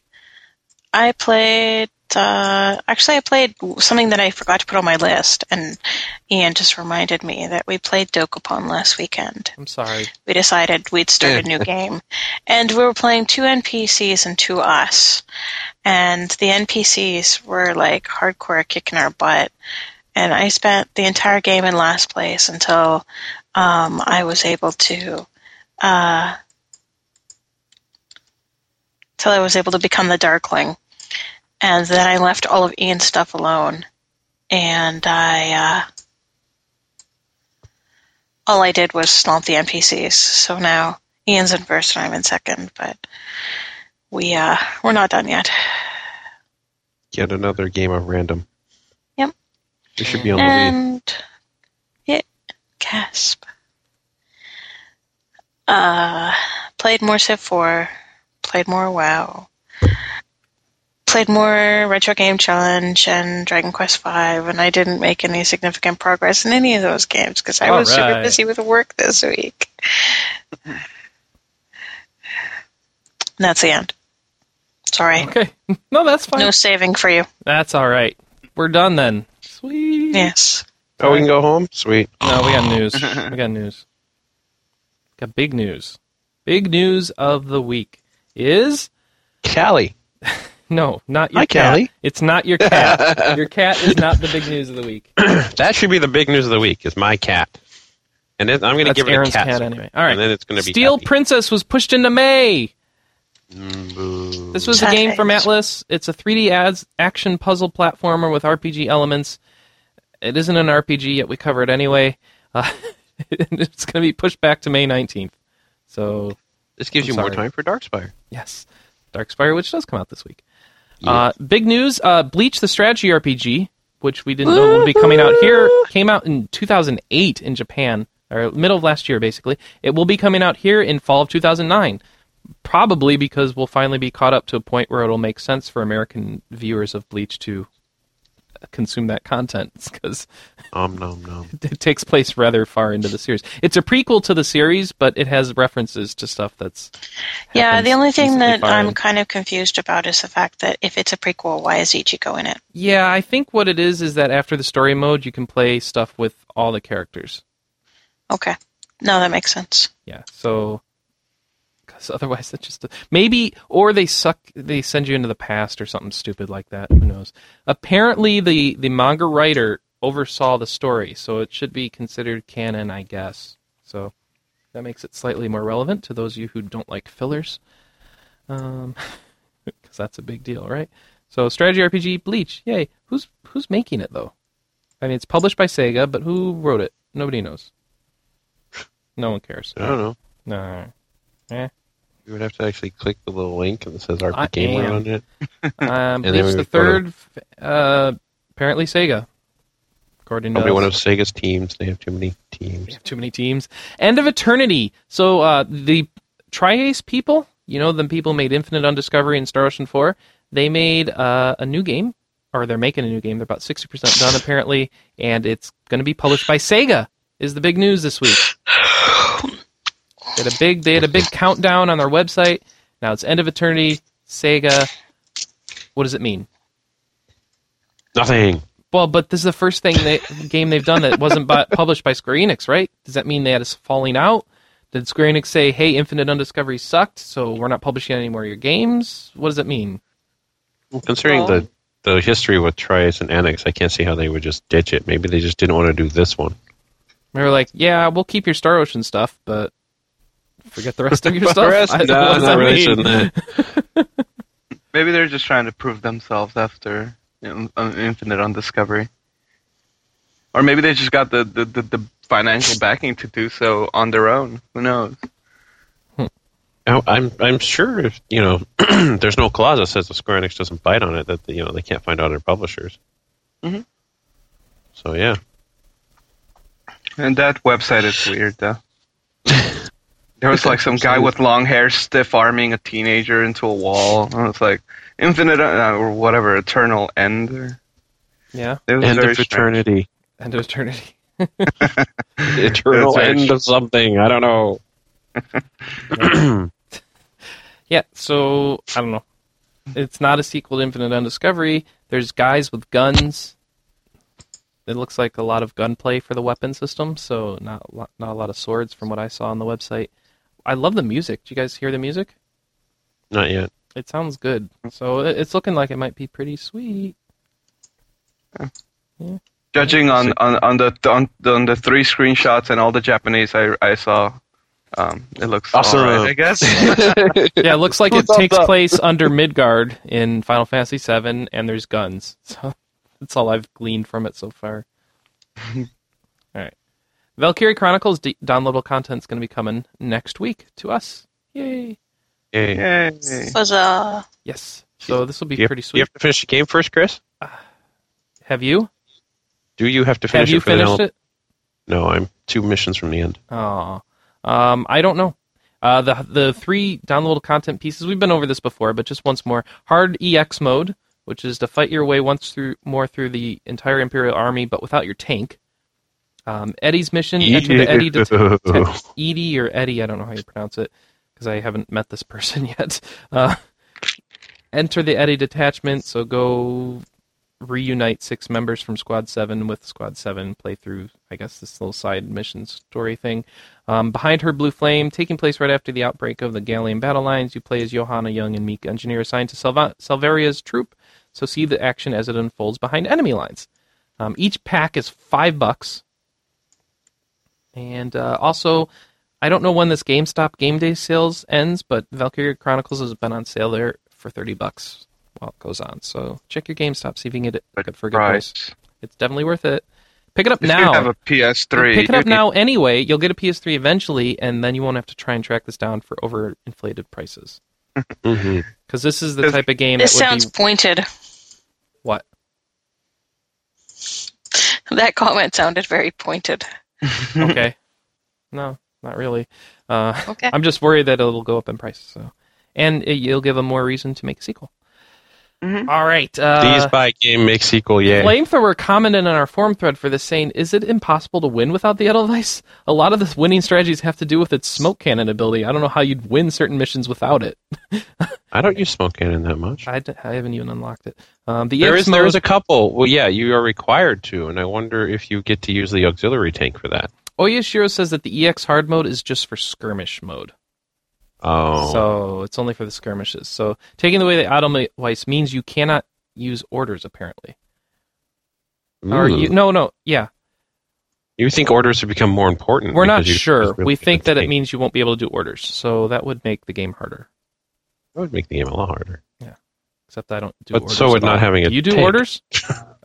I played. Uh, actually, I played something that I forgot to put on my list, and Ian just reminded me that we played Dokapon last weekend. I'm sorry. We decided we'd start a new game, and we were playing two NPCs and two us, and the NPCs were like hardcore kicking our butt, and I spent the entire game in last place until um, I was able to. Uh, till I was able to become the Darkling. And then I left all of Ian's stuff alone. And I, uh, all I did was stomp the NPCs. So now Ian's in first and I'm in second, but we, uh, we're not done yet. Yet another game of random. Yep. We should be on the lead. And yeah, gasp. Uh, played more Civ 4, played more WoW, played more Retro Game Challenge and Dragon Quest V, and I didn't make any significant progress in any of those games because I All was super right. busy with work this week. And that's the end. Sorry. Okay. No, that's fine. No saving for you. That's all right. We're done then. Sweet. Yes. Oh, we can go home? Sweet. No, we got news. We got news. Got big news. Big news of the week is Callie. no, not your Hi, cat. Callie. It's not your cat. your cat is not the big news of the week. That should be the big news of the week, is my cat. And then I'm going to That's give it Aaron's a cat. cat score. anyway. All right. And then it's going to be Steel happy. Princess was pushed into May. Mm, This was a game from Atlas. It's a 3D ads action puzzle platformer with RPG elements. It isn't an RPG yet. We cover it anyway. Uh, it's going to be pushed back to May 19th. So This gives I'm you more sorry. time for Darkspire. Yes. Darkspire, which does come out this week. Uh, big news uh, Bleach the Strategy RPG, which we didn't know would be coming out here, came out in 2008 in Japan, or middle of last year, basically. It will be coming out here in fall of 2009, probably because we'll finally be caught up to a point where it'll make sense for American viewers of Bleach to consume that content because Om nom nom. it takes place rather far into the series. It's a prequel to the series, but it has references to stuff that's. Yeah, happens the only thing decently that far I'm in. kind of confused about is the fact that if it's a prequel, why is Ichigo in it? Yeah, I think what it is is that after the story mode, you can play stuff with all the characters. Okay. No, that makes sense. Yeah, so because otherwise, that's just maybe or they suck. They send you into the past or something stupid like that. Who knows? Apparently, the the manga writer oversaw the story, so it should be considered canon, I guess. So that makes it slightly more relevant to those of you who don't like fillers, Um 'cause because that's a big deal, right? So strategy RPG Bleach, yay! Who's who's making it though? I mean, it's published by Sega, but who wrote it? Nobody knows. No one cares. I don't know. No. You would have to actually click the little link and it says I RP Gamer am. on it. Um, Hmm. And then Bleach we the go to- third, uh, apparently Sega. According to Probably one us. of Sega's teams. They have too many teams. We have too many teams. End of Eternity. So uh, the Triace people, you know, the people who made Infinite on Discovery and Star Ocean 4, they made uh, a new game, or they're making a new game. They're about 60% done, apparently, and it's going to be published by Sega, is the big news this week. They had a big, they had a big countdown on their website. Now it's End of Eternity, Sega. What does it mean? Nothing. Well, but this is the first thing they, game they've done that wasn't bu published by Square Enix, right? Does that mean they had us falling out? Did Square Enix say, "Hey, Infinite Undiscovery sucked, so we're not publishing any more of your games"? What does that mean? Well, considering Well- the the history with Trias and Annex, I can't see how they would just ditch it. Maybe they just didn't want to do this one. They were like, "Yeah, we'll keep your Star Ocean stuff, but forget the rest of your But stuff." the rest, I- no, what does not that really mean? shouldn't that. Maybe they're just trying to prove themselves after you know, uh, Infinite on Discovery. Or maybe they just got the, the, the, the financial backing to do so on their own. Who knows? Now, I'm I'm sure if you know there's no clause that says the Square Enix doesn't bite on it that you know they can't find other publishers. Mm-hmm. Mhm. So yeah, And that website is weird, though. There was like some guy with long hair stiff arming a teenager into a wall. And it's like Infinite uh, or whatever, Eternal End. or- Yeah, It was end very of strange. eternity, End of Eternity. eternal That's very end of something. I don't know. Yeah, so I don't know. It's not a sequel to Infinite Undiscovery. There's guys with guns. It looks like a lot of gunplay for the weapon system, so not a lot, not a lot of swords from what I saw on the website. I love the music. Do you guys hear the music? Not yet. It sounds good. So it- it's looking like it might be pretty sweet. Judging on, on, on the on, the- on the three screenshots and all the Japanese I, I saw, um, it looks Awesome. all right, I guess. Yeah, it looks like it Thumbs takes up. place under Midgard in Final Fantasy VII, and there's guns. So that's all I've gleaned from it so far. all right, Valkyrie Chronicles d- downloadable content's going to be coming next week to us. Yay! Yay. Yay. Huzzah. Yes. So this will be Do you, pretty do you sweet. have to finish the game first, Chris? Have you? Do you have to Have finish you it? for then finished I'll- it? No, I'm two missions from the end. Oh, um, I don't know. Uh, the the three downloadable content pieces we've been over this before, but just once more. Hard EX mode, which is to fight your way once through more through the entire Imperial army, but without your tank. Um, Eddie's mission, enter the Eddie det- detect- Edie or Eddie, I don't know how you pronounce it because I haven't met this person yet. Uh, enter the Eddie detachment, so go reunite six members from Squad 7 with Squad 7 play through, I guess, this little side mission story thing. Um, Behind Her Blue Flame, taking place right after the outbreak of the Gallian battle lines, you play as Johanna Young and Meek, engineer assigned to Salva- Salvaria's troop, so see the action as it unfolds behind enemy lines. Um, each pack is five bucks. And uh, also, I don't know when this GameStop game day sales ends, but Valkyria Chronicles has been on sale there for 30 bucks while it goes on. So check your GameStop, see if you can get it good for a good price. Right. It's definitely worth it. Pick it up If now. you have a PS3, Pick it you up need- now anyway. You'll get a PS3 eventually, and then you won't have to try and track this down for overinflated prices. Mm-hmm. Because this is the This- type of game This that would sounds be pointed. what That comment sounded very pointed. okay. no, not really. Uh, Okay. I'm just worried that it'll go up in price. So, and it, you'll give them more reason to make a sequel. Mhm. All right. Please Uh, buy game, make sequel, yay. Flamethrower commented on our forum thread for this, saying, "Is it impossible to win without the Edelweiss? A lot of the winning strategies have to do with its smoke cannon ability. I don't know how you'd win certain missions without it. I don't use smoke cannon that much. I, d- I haven't even unlocked it. Um, the There Imps is there mode- is a couple. Well, yeah, you are required to, and I wonder if you get to use the auxiliary tank for that. Oyashiro says that the EX hard mode is just for skirmish mode. Oh, So it's only for the skirmishes. So taking away the auto device means you cannot use orders apparently. Or Mm. you, no, no, yeah. You think orders would become more important? We're not because you just sure. really we get think the that it tank. means you won't be able to do orders. So that would make the game harder. that would make the game a lot harder. Except I don't do But orders. so would at all. not having a Do you do tank. orders?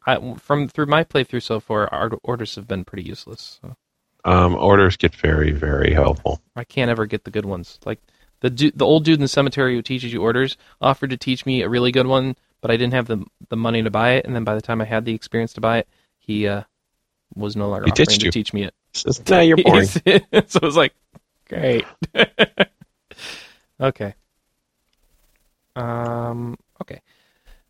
I, from through my playthrough so far, our orders have been pretty useless. So. Um, orders get very, very helpful. I can't ever get the good ones. Like the du- the old dude in the cemetery who teaches you orders offered to teach me a really good one, but I didn't have the the money to buy it. And then by the time I had the experience to buy it, he uh, was no longer He offering ditched to you. teach me it. It's just, nah, you're boring. so it was like, great. okay. Um. Okay.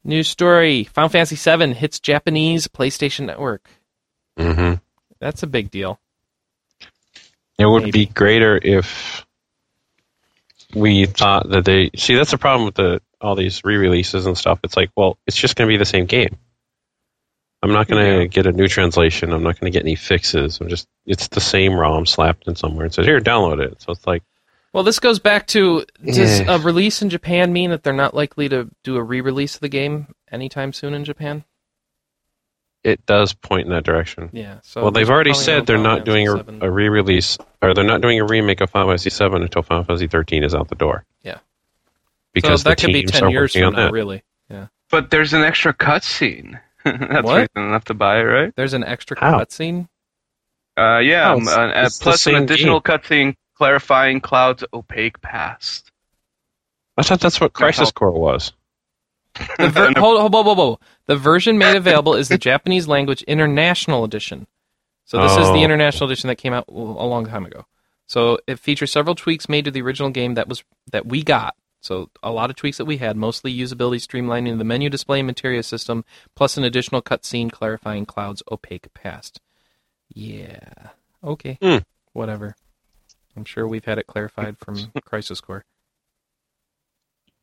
News story: Final Fantasy VII hits Japanese PlayStation Network. hmm That's a big deal. It would be Maybe. greater if we thought that they see. That's the problem with the all these re-releases and stuff. It's like, well, it's just going to be the same game. I'm not going to get a new translation. I'm not going to get any fixes. I'm just it's the same ROM slapped in somewhere and says, here, download it. So it's like. Well, this goes back to does Yeah. a release in Japan mean that they're not likely to do a re-release of the game anytime soon in Japan? it does point in that direction. Yeah. So well, they've already probably no said they're Final not doing a, Fantasy VII. a re-release, or they're not doing a remake of Final Fantasy VII until Final Fantasy thirteen is out the door. Yeah. because so that the could be teams are ten years working from on now, that. really. But there's an extra cutscene. That's What? reason enough to buy it, right? There's an extra How? cutscene. Uh, yeah, Oh, um, it's- an- uh, it's the plus an same additional cutscene clarifying Cloud's opaque past. I thought that's what Crisis Core was. The ver- hold, hold, whoa, whoa, whoa! The version made available is the Japanese language international edition. So this is the Oh. international edition that came out a long time ago. So it features several tweaks made to the original game that was that we got. So a lot of tweaks that we had, mostly usability, streamlining of the menu display and materia system, plus an additional cutscene clarifying Cloud's opaque past. Yeah. Okay. Hmm. Whatever. I'm sure we've had it clarified from Crisis Core.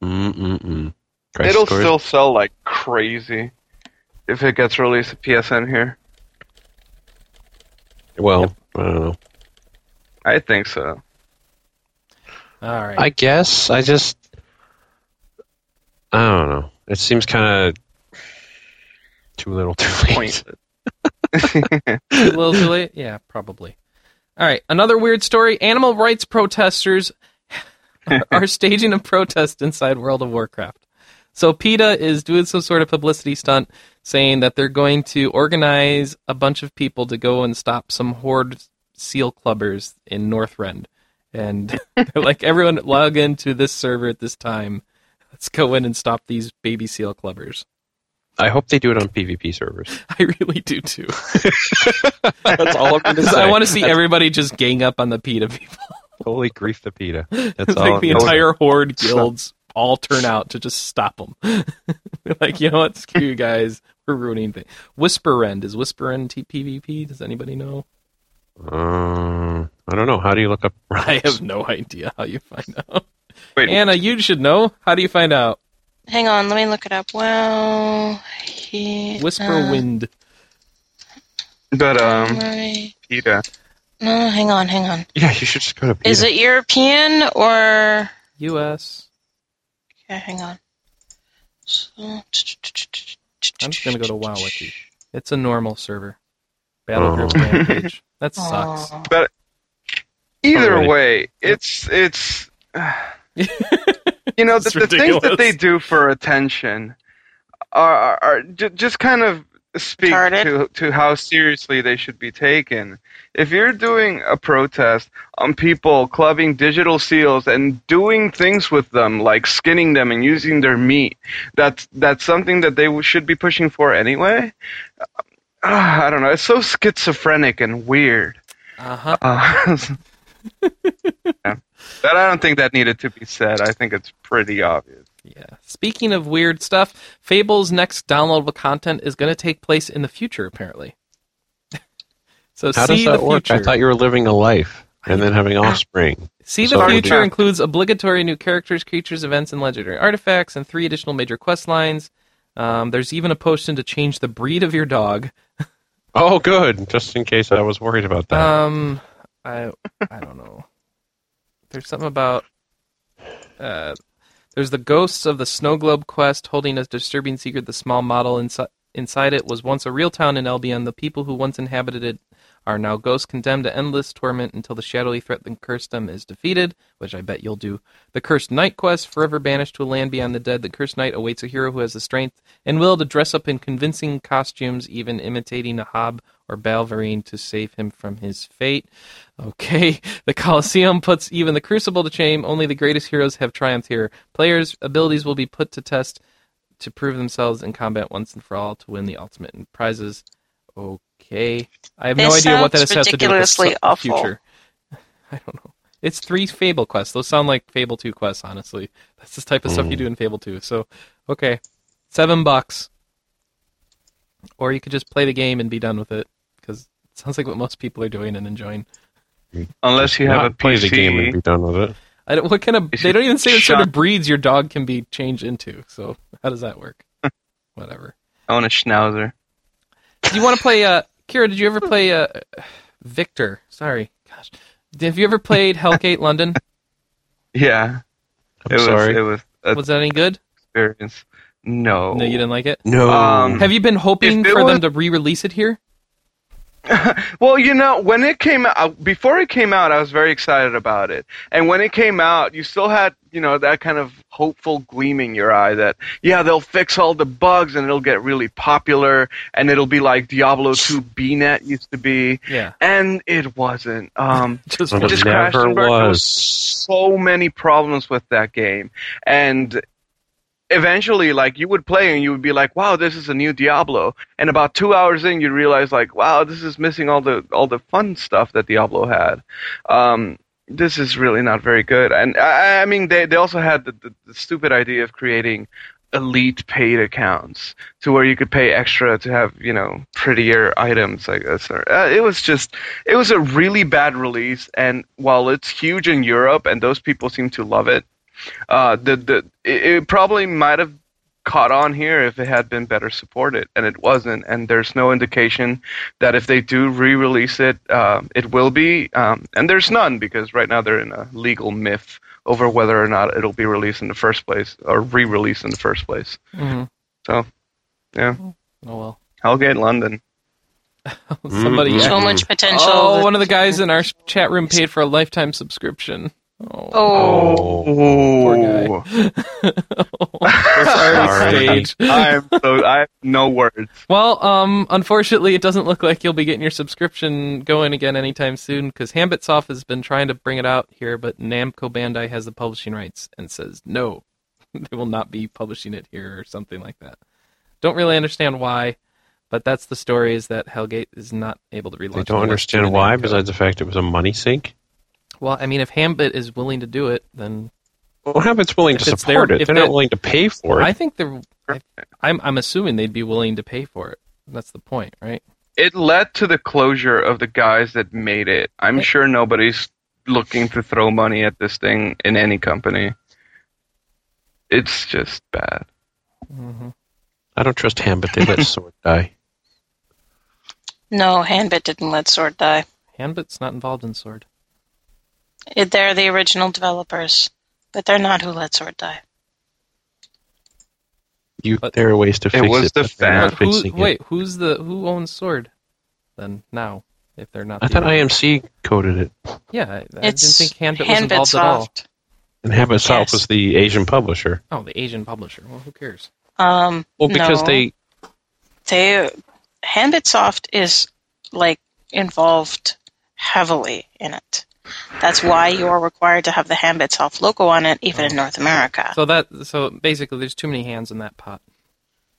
Mm-mm-mm. It'll Core is- still sell like crazy if it gets released to PSN here. well, I don't know. I think so. All right. I guess I just, I don't know. It seems kind of too little, too late. Point. a little too late? Yeah, probably. All right, another weird story. Animal rights protesters are, are staging a protest inside World of Warcraft. So PETA is doing some sort of publicity stunt saying that they're going to organize a bunch of people to go and stop some horde seal clubbers in Northrend. And they're like, everyone log into this server at this time. Let's go in and stop these baby seal clubbers. I hope they do it on PvP servers. I really do too. That's all I'm going to 'Cause say. I want to see everybody just gang up on the PETA people. Holy grief, the PETA. That's It's all. like the I'm gonna- entire horde guilds all turn out to just stop them. like, you know what? Screw you guys. We're ruining things. Whisper End. Is Whisper End T- PvP? Does anybody know? Um, I don't know. How do you look up? I have no idea how you find out. Wait, Anna, you should know. How do you find out? Hang on, let me look it up. Well, he. Whisper uh, Wind. But um, Murray- PETA. No, hang on, hang on. Yeah, you should just go to PETA. Is it European or? U.S. Okay, hang on. So, I'm I'm just just gonna go to WoWWiki. It's a normal server. Battlegroup Oh. Rampage. That sucks. Either Alright. way, it's it's. you know the, It's the things that they ridiculous. do for attention are are, are ju- just kind of speak Retarded. to to how seriously they should be taken. If you're doing a protest on people clubbing digital seals and doing things with them, like skinning them and using their meat, that's that's something that they w- should be pushing for anyway. Ah, I don't know. It's so schizophrenic and weird. Uh huh. Uh, yeah. But I don't think that needed to be said. I think it's pretty obvious. Yeah. Speaking of weird stuff, Fable's next downloadable content is going to take place in the future, apparently. so How see does that the work? I future. thought you were living a life and then having offspring. See the Sorry. future includes obligatory new characters, creatures, events, and legendary artifacts, and three additional major quest lines. Um, there's even a potion to change the breed of your dog. Oh, good. Just in case I was worried about that. Um, I I don't know. There's something about. Uh, there's the ghosts of the snow globe quest holding a disturbing secret. The small model inside inside it was once a real town in Albion. The people who once inhabited it are now ghosts condemned to endless torment until the shadowy threat that cursed them is defeated, which I bet you'll do. The cursed knight quest, forever banished to a land beyond the dead. The cursed knight awaits a hero who has the strength and will to dress up in convincing costumes, even imitating a hob or Balverine to save him from his fate. Okay, the Colosseum puts even the Crucible to shame. Only the greatest heroes have triumphed here. Players' abilities will be put to test to prove themselves in combat once and for all to win the ultimate in prizes. Okay, I have no This idea what that has sounds to do with the su- ridiculously awful. future. I don't know. It's three Fable quests. Those sound like Fable Two quests. Honestly, that's the type of stuff you do in Fable Two. So, okay, seven bucks, or you could just play the game and be done with it because it sounds like what most people are doing and enjoying. Unless you Not have a play PC. the game and be done with it. I don't, what kind of? Is They it don't even say what sort of shot- breeds your dog can be changed into. So how does that work? Whatever. I want a schnauzer. Do you want to play? Uh, Kira, did you ever play uh, Victor? Sorry, gosh. Have you ever played Hellgate London? Yeah. I'm It was, sorry. it was an Was that any good? experience. No. No, you didn't like it. no. Um, Have you been hoping If it for them was- to re-release it here? Well, you know, when it came out, uh, before it came out, I was very excited about it. And when it came out, you still had, you know, that kind of hopeful gleam in your eye that, yeah, they'll fix all the bugs and it'll get really popular and it'll be like Diablo 2 BNet used to be. Yeah, And it wasn't. Um, just It one. just crashed never and burned. There was was. so many problems with that game and eventually like you would play and you would be like wow this is a new diablo and about two hours in you realize like wow this is missing all the all the fun stuff that diablo had um, this is really not very good and i, I mean they, they also had the, the, the stupid idea of creating elite paid accounts to where you could pay extra to have you know prettier items i guess or, uh, it was just it was a really bad release and while it's huge in europe and those people seem to love it uh, the, the it, it probably might have caught on here if it had been better supported and it wasn't and there's no indication that if they do re-release it um, it will be um, and there's none because right now they're in a legal myth over whether or not it'll be released in the first place or re-released in the first place Mhm. so yeah Oh well. hellgate london Mm-hmm. Somebody. Mm. actually- so much potential. Oh, one of the guys in our chat room paid for a lifetime subscription. Oh, Oh, Oh. poor guy. Sorry, Sorry. stage. i'm so i have no words Well, um, unfortunately, it doesn't look like you'll be getting your subscription going again anytime soon because Hambit Soft has been trying to bring it out here, but Namco Bandai has the publishing rights and says no, they will not be publishing it here or something like that. Don't really understand why, but that's the story. Is that Hellgate is not able to relaunch? They it don't unless it's understand in why, Namco. besides the fact it was a money sink. Well, I mean, if Hambit is willing to do it, then Well, Habit's willing If to it's support their- it. if They're it- not willing to pay for it. I think they're. I, I'm I'm assuming they'd be willing to pay for it. That's the point, right? it led to the closure of the guys that made it. I'm sure nobody's looking to throw money at this thing in any company. It's just bad. I don't trust Ham, but they let Sword die. No, Handbit didn't let Sword die. Handbit's not involved in Sword. It- They're the original developers, but they're not who let Sword die. You, But- there are ways to fix it. was the but they're not But who, fixing it. wait, who's the who owns Sword? Then now, if they're not, I the thought original- IMC coded it, Yeah, I, I didn't It's think Handbit was Handbit involved Soft. and Ham itself Yes. was the Asian publisher. at all. Oh, the Asian publisher. Well, who cares? Um, Well, because no. they they Handbit Soft is like involved heavily in it. That's why you are required to have the Handbit Soft logo on it, even in North America. So that so basically, there's too many hands in that pot.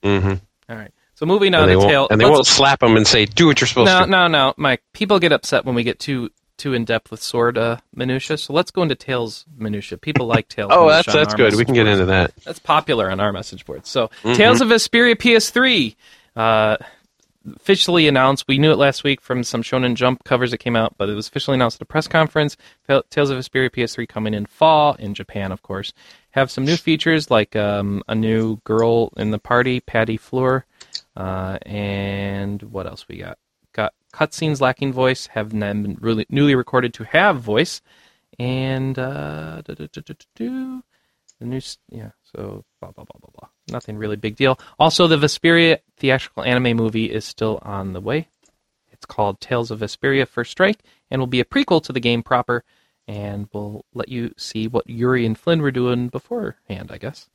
Mhm. All right. So moving on and they, to won't, tail. and they let's- won't slap them and say, "Do what you're supposed No, to." no, no, Mike. People get upset when we get too too in depth with sword uh, minutia. So let's go into tails minutia. People like tails. Oh, minutia that's on that's our good. We message can get boards. into that. That's popular on our message boards. So Tales of Vesperia PS3. Uh, officially announced. We knew it last week from some Shonen Jump covers that came out, but it was officially announced at a press conference. Fa- Tales of Vesperia PS3 coming in fall in Japan, of course. Have some new features like um, a new girl in the party, Patty Fleur, uh, and what else we got? Got cutscenes lacking voice, have then been really newly recorded to have voice, and uh, da- da- da- da- da- do. the new s- yeah. So blah blah blah blah blah. Nothing really big deal. Also, the Vesperia theatrical anime movie is still on the way. It's called Tales of Vesperia First Strike and will be a prequel to the game proper. And we'll let you see what Yuri and Flynn were doing beforehand, I guess.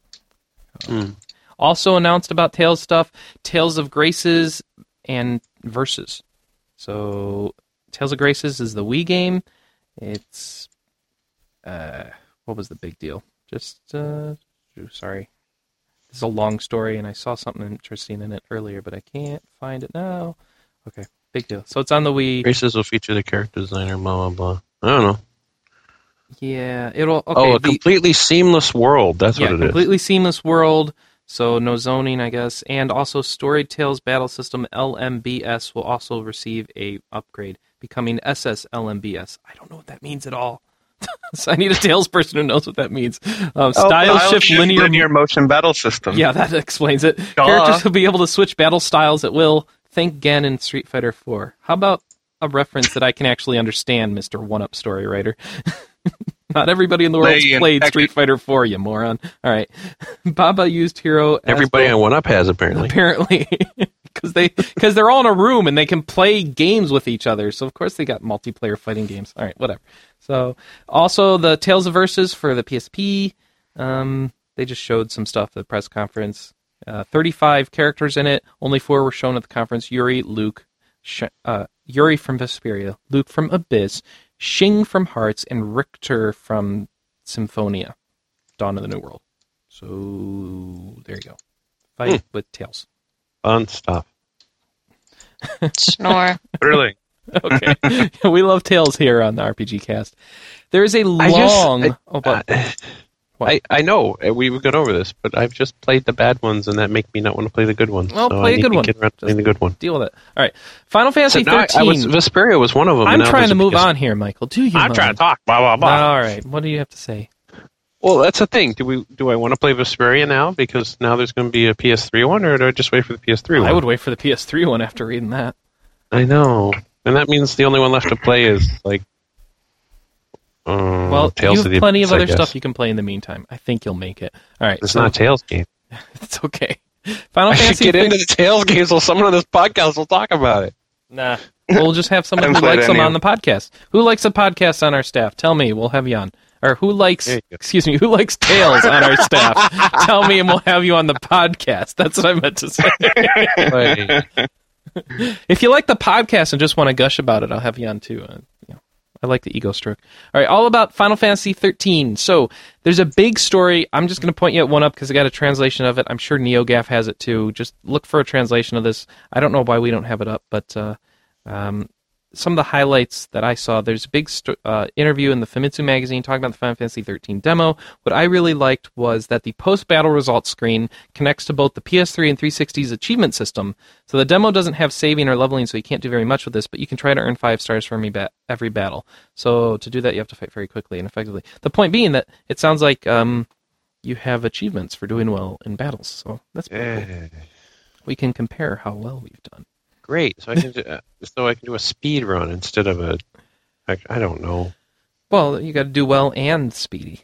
Hmm. Also announced about Tales stuff Tales of Graces and Verses. So, Tales of Graces is the Wii game. It's. Uh, what was the big deal? Just. Uh, ooh, sorry. This is a long story, and I saw something interesting in it earlier, but I can't find it now. Okay, big deal. So it's on the Wii. Races will feature the character designer. Blah blah blah. I don't know. Yeah, it'll. Okay, oh, a the- completely seamless world. That's yeah, what it is. completely seamless world. So no zoning, I guess, and also Story Tales Battle System LMBS will also receive a upgrade, becoming SS LMBS. I don't know what that means at all. so I need a Tales person who knows what that means. Um, Oh, style shift linear. motion battle system. Yeah, that explains it. Duh. Characters will be able to switch battle styles at will. Think Gen in Street Fighter Four. How about a reference that I can actually understand, Mister One Up Story Writer? Not everybody in the world's Play and played act- Street Fighter Four, you moron. All right, Baba used hero. as Everybody on One Up has apparently. apparently because they because they're all in a room and they can play games with each other so of course they got multiplayer fighting games all right whatever so also the tales of verses for the psp um, they just showed some stuff at the press conference uh, 35 characters in it only four were shown at the conference yuri luke Sh- uh, yuri from vesperia luke from abyss shing from hearts and richter from symphonia dawn of the new world so there you go fight with tails Fun stuff. Snore. Really? okay. we love tales here on the RPG cast. There is a I just- long. I- uh, oh, but, I, I know uh, we got over this, but I've just played the bad ones, and that make me not want to play the good ones. Well, so play I a need good to one. Get around to playing the good one. deal with it. All right. Final So Fantasy now I, 13. I was Vesperia was one of them. I'm and now trying this to is move because- on here, Michael. Do you? I'm mind? trying to talk. Blah blah blah. All right. What do you have to say? Well, that's the thing. Do we do I want to play Vesperia now because now there's going to be a PS3 one, or do I just wait for the PS3 one? I would wait for the PS3 one after reading that. I know, and that means the only one left to play is like. Um, Well, Tales you of have the plenty of Abyss, I other guess. stuff you can play in the meantime. I think you'll make it. All right. It's so- not a Tails game. It's okay. Final I should Fantasy. get 13 into the Tails game so someone on this podcast will talk about it. Nah. We'll just have someone who Haven't played likes them any on the podcast. Who likes a podcast on our staff? Tell me. We'll have you on. Or who likes, There you go. excuse me, who likes tails on our staff? Tell me and we'll have you on the podcast. That's what I meant to say. Like, if you like the podcast and just want to gush about it, I'll have you on too. Uh, you know, I like the ego stroke. All right, all about Final Fantasy 13. So there's a big story. I'm just going to point you at one up because I got a translation of it. I'm sure NeoGaf has it too. Just look for a translation of this. I don't know why we don't have it up, but uh, um, some of the highlights that I saw. There's a big st- uh, interview in the Famitsu magazine talking about the Final Fantasy 13 demo. What I really liked was that the post-battle results screen connects to both the PS3 and 360's achievement system. So the demo doesn't have saving or leveling, so you can't do very much with this. But you can try to earn five stars from every, ba- every battle. So to do that, you have to fight very quickly and effectively. The point being that it sounds like um, you have achievements for doing well in battles. So that's pretty cool. Yeah. We can compare how well we've done. Great. So I can do, uh, so I can do a speed run instead of a. I, I don't know. Well, you got to do well and speedy.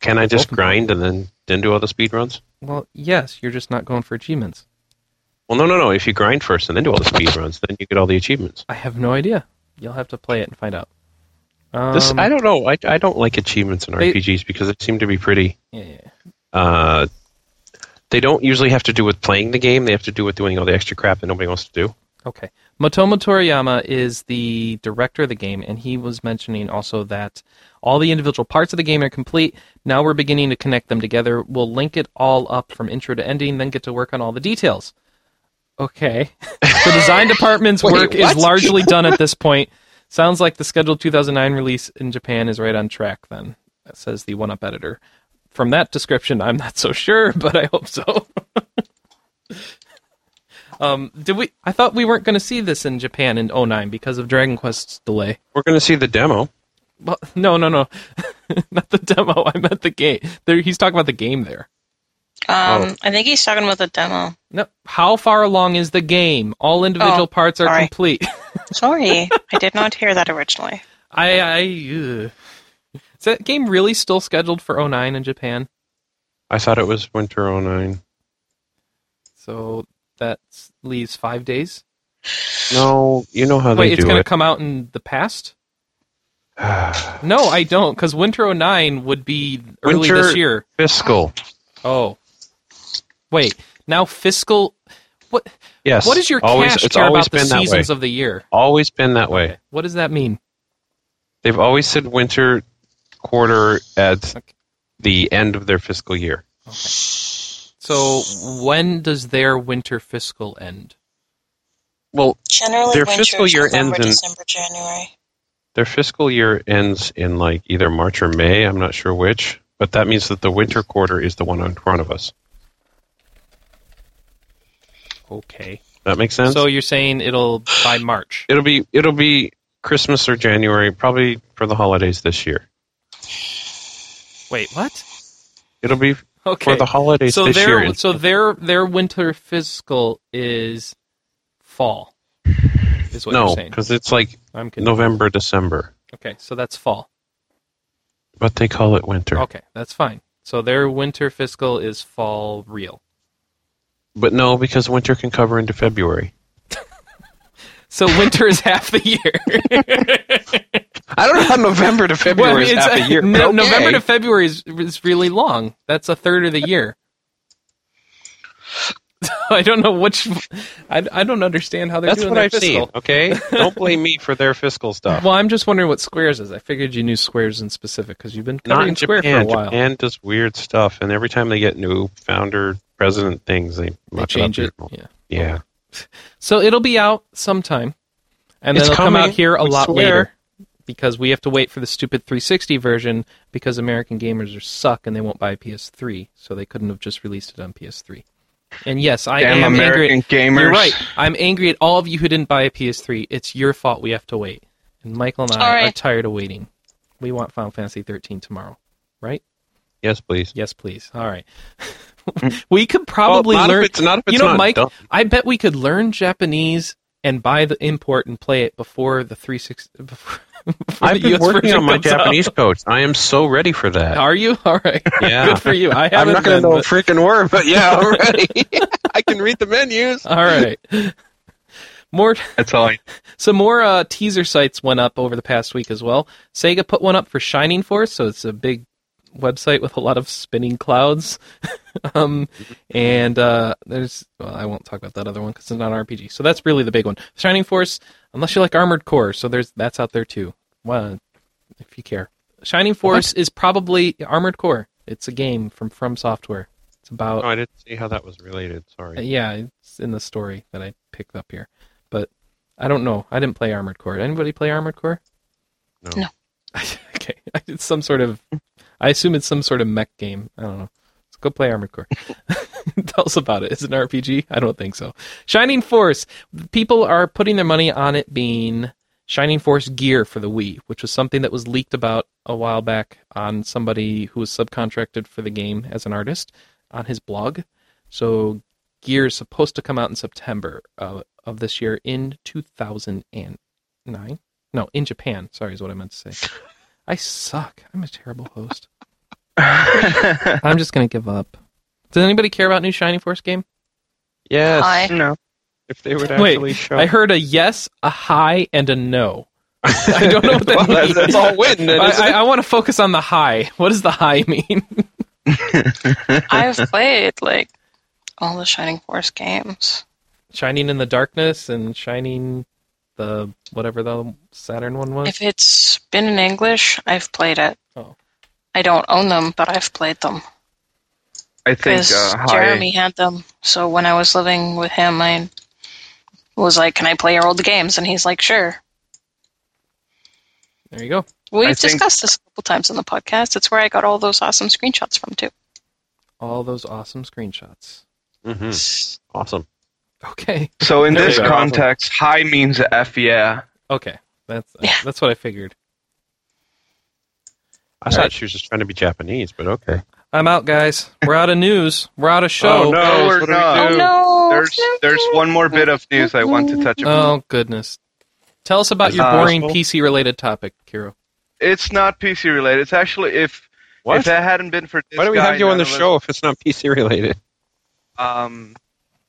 Can I just Open. grind and then then do other speed runs? Well, yes, you're just not going for achievements. Well, no, no, no. If you grind first and then do all the speed runs, then you get all the achievements. I have no idea. You'll have to play it and find out. Um, this I don't know. I, I don't like achievements in They- RPGs because they seem to be pretty. yeah, yeah. Uh, they don't usually have to do with playing the game. They have to do with doing all the extra crap that nobody wants to do. Okay. Motomo Toriyama is the director of the game, and he was mentioning also that all the individual parts of the game are complete. Now we're beginning to connect them together. We'll link it all up from intro to ending, then get to work on all the details. Okay. the design department's Wait, work is what? largely done at this point. Sounds like the scheduled 2009 release in Japan is right on track, then, says the one up editor. From that description, I'm not so sure, but I hope so. Um, did we? I thought we weren't going to see this in Japan in 09 because of Dragon Quest's delay. We're going to see the demo. Well, no, no, no, not the demo. I meant the game. There, he's talking about the game there. Um, Oh. I think he's talking about the demo. No, how far along is the game? All individual Oh, parts are sorry. complete. Sorry, I did not hear that originally. I, I ugh. is that game really still scheduled for 09 in Japan? I thought it was Winter 09. So that leaves five days. No, you know how Wait, they it's do going to it. come out in the past? No, I don't, because Winter 09 would be early Winter- this year. Fiscal. Oh. Wait. Now fiscal what Yes. what is your always, cash It's care always about the been that way. seasons of the year? always been that way. What does that mean? They've always said winter quarter at Okay. the end of their fiscal year. So when does their winter fiscal end? Well, Generally, Their winter is fiscal year November, ends in- December, January. Their fiscal year ends in like either March or May. I'm not sure which, but that means that the winter quarter is the one in front of us. Okay. That makes sense. So you're saying it'll by March. it'll be it'll be Christmas or January, probably for the holidays this year. Wait, what? It'll be Okay. for the holidays so this their year. so their their winter fiscal is fall. Is what no, you're saying. because it's like I'm kidding. November, December, Okay, so that's fall. but they call it winter. Okay, that's fine. So their winter fiscal is fall real. But no, because winter can cover into February. So winter is half the year. I don't know how November to February Well, is it's- half a year. No- but okay. November to February is, is really long. That's a third of the year. I don't know which. I, I don't understand how they're That's what doing their I've fiscal. seen. Okay, don't blame me for their fiscal stuff. Well, I'm just wondering what squares is. I figured you knew squares in specific because you've been not covering in square Japan. for a while. Japan does weird stuff, and every time they get new founder president things, they, They muck change it. it. Up. Yeah. Yeah. So it'll be out sometime, and It's then it'll come coming, out here a I lot swear. later because we have to wait for the stupid 360 version because American gamers are suck and they won't buy a PS3, so they couldn't have just released it on PS3. And yes, I Damn am American angry. At, gamers. You're right. I'm angry at all of you who didn't buy a PS3. It's your fault we have to wait. And Michael and I All are right. tired of waiting. We want Final Fantasy 13 tomorrow, right? Yes, please. Yes, please. All right. we could probably Mm. Well, not if learn it's- not if it's you know, not Mike, done. I bet we could learn Japanese and buy the import and play it before the 360 before, before I've the been US working version on my comes out. Japanese coach. I am so ready for that. Are you? All right. Yeah. Good for you. I haven't I'm not going been, to know a but- freaking word, but yeah, I'm ready. I can read the menus. All right. More That's all. I, Some more uh, teaser sites went up over the past week as well. Sega put one up for Shining Force, so it's a big website with a lot of spinning clouds. um, and uh, there's, well, I won't talk about that other one because it's not an RPG. So that's really the big one. Shining Force, unless you like Armored Core, so there's that's out there too. Well, if you care, Shining Force is probably Armored Core. It's a game from From Software. It's about Oh, I didn't see how that was related. Sorry. Uh, yeah, it's in the story that I picked up here. But I don't know. I didn't play Armored Core. Anybody play Armored Core? No. No. okay. It's some sort of I assume it's some sort of mech game. I don't know. Let's go play Armored Core. Tell us about it. Is it an RPG? I don't think so. Shining Force. People are putting their money on it being Shining Force gear for the Wii, which was something that was leaked about a while back on somebody who was subcontracted for the game as an artist on his blog. So Gear is supposed to come out in September uh, of this year in 2009. No, in Japan. Sorry, is what I meant to say. I suck. I'm a terrible host. I'm just going to give up. Does anybody care about new Shining Force game? Yes. Hi. no. If they would Wait, actually show. I heard a yes, a high, and a no. I don't know what that Well, that's, means. that's all win. Then, isn't I, I, it? I want to focus on the high. What does the high mean? I've played like all the Shining Force games. shining in the darkness and shining the whatever the Saturn one was. If it's been in English, I've played it. Oh. I don't own them, but I've played them I think because uh, high. Jeremy had them. So when I was living with him, I was like, "Can I play your old games?" And he's like, "Sure." There you go. We've think- discussed this a couple times on the podcast. It's where I got all those awesome screenshots from too. All those awesome screenshots. Mhm. Awesome. Okay. So in There this you go. context, high means f yeah. Okay. That's uh, Yeah. that's what I figured. I thought Alright. she was just trying to be Japanese, but okay. I'm out, guys. We're out of news. We're Oh, out of show. no, we're what do we not. do? Oh no! There's there's one more bit of news I want to touch upon. Oh goodness. Tell us about your Uh, boring possible? PC related topic, Kiro. It's not PC related. It's actually if What? if that hadn't been for this Why do we guy have you on the nonetheless, show if it's not PC related? Um,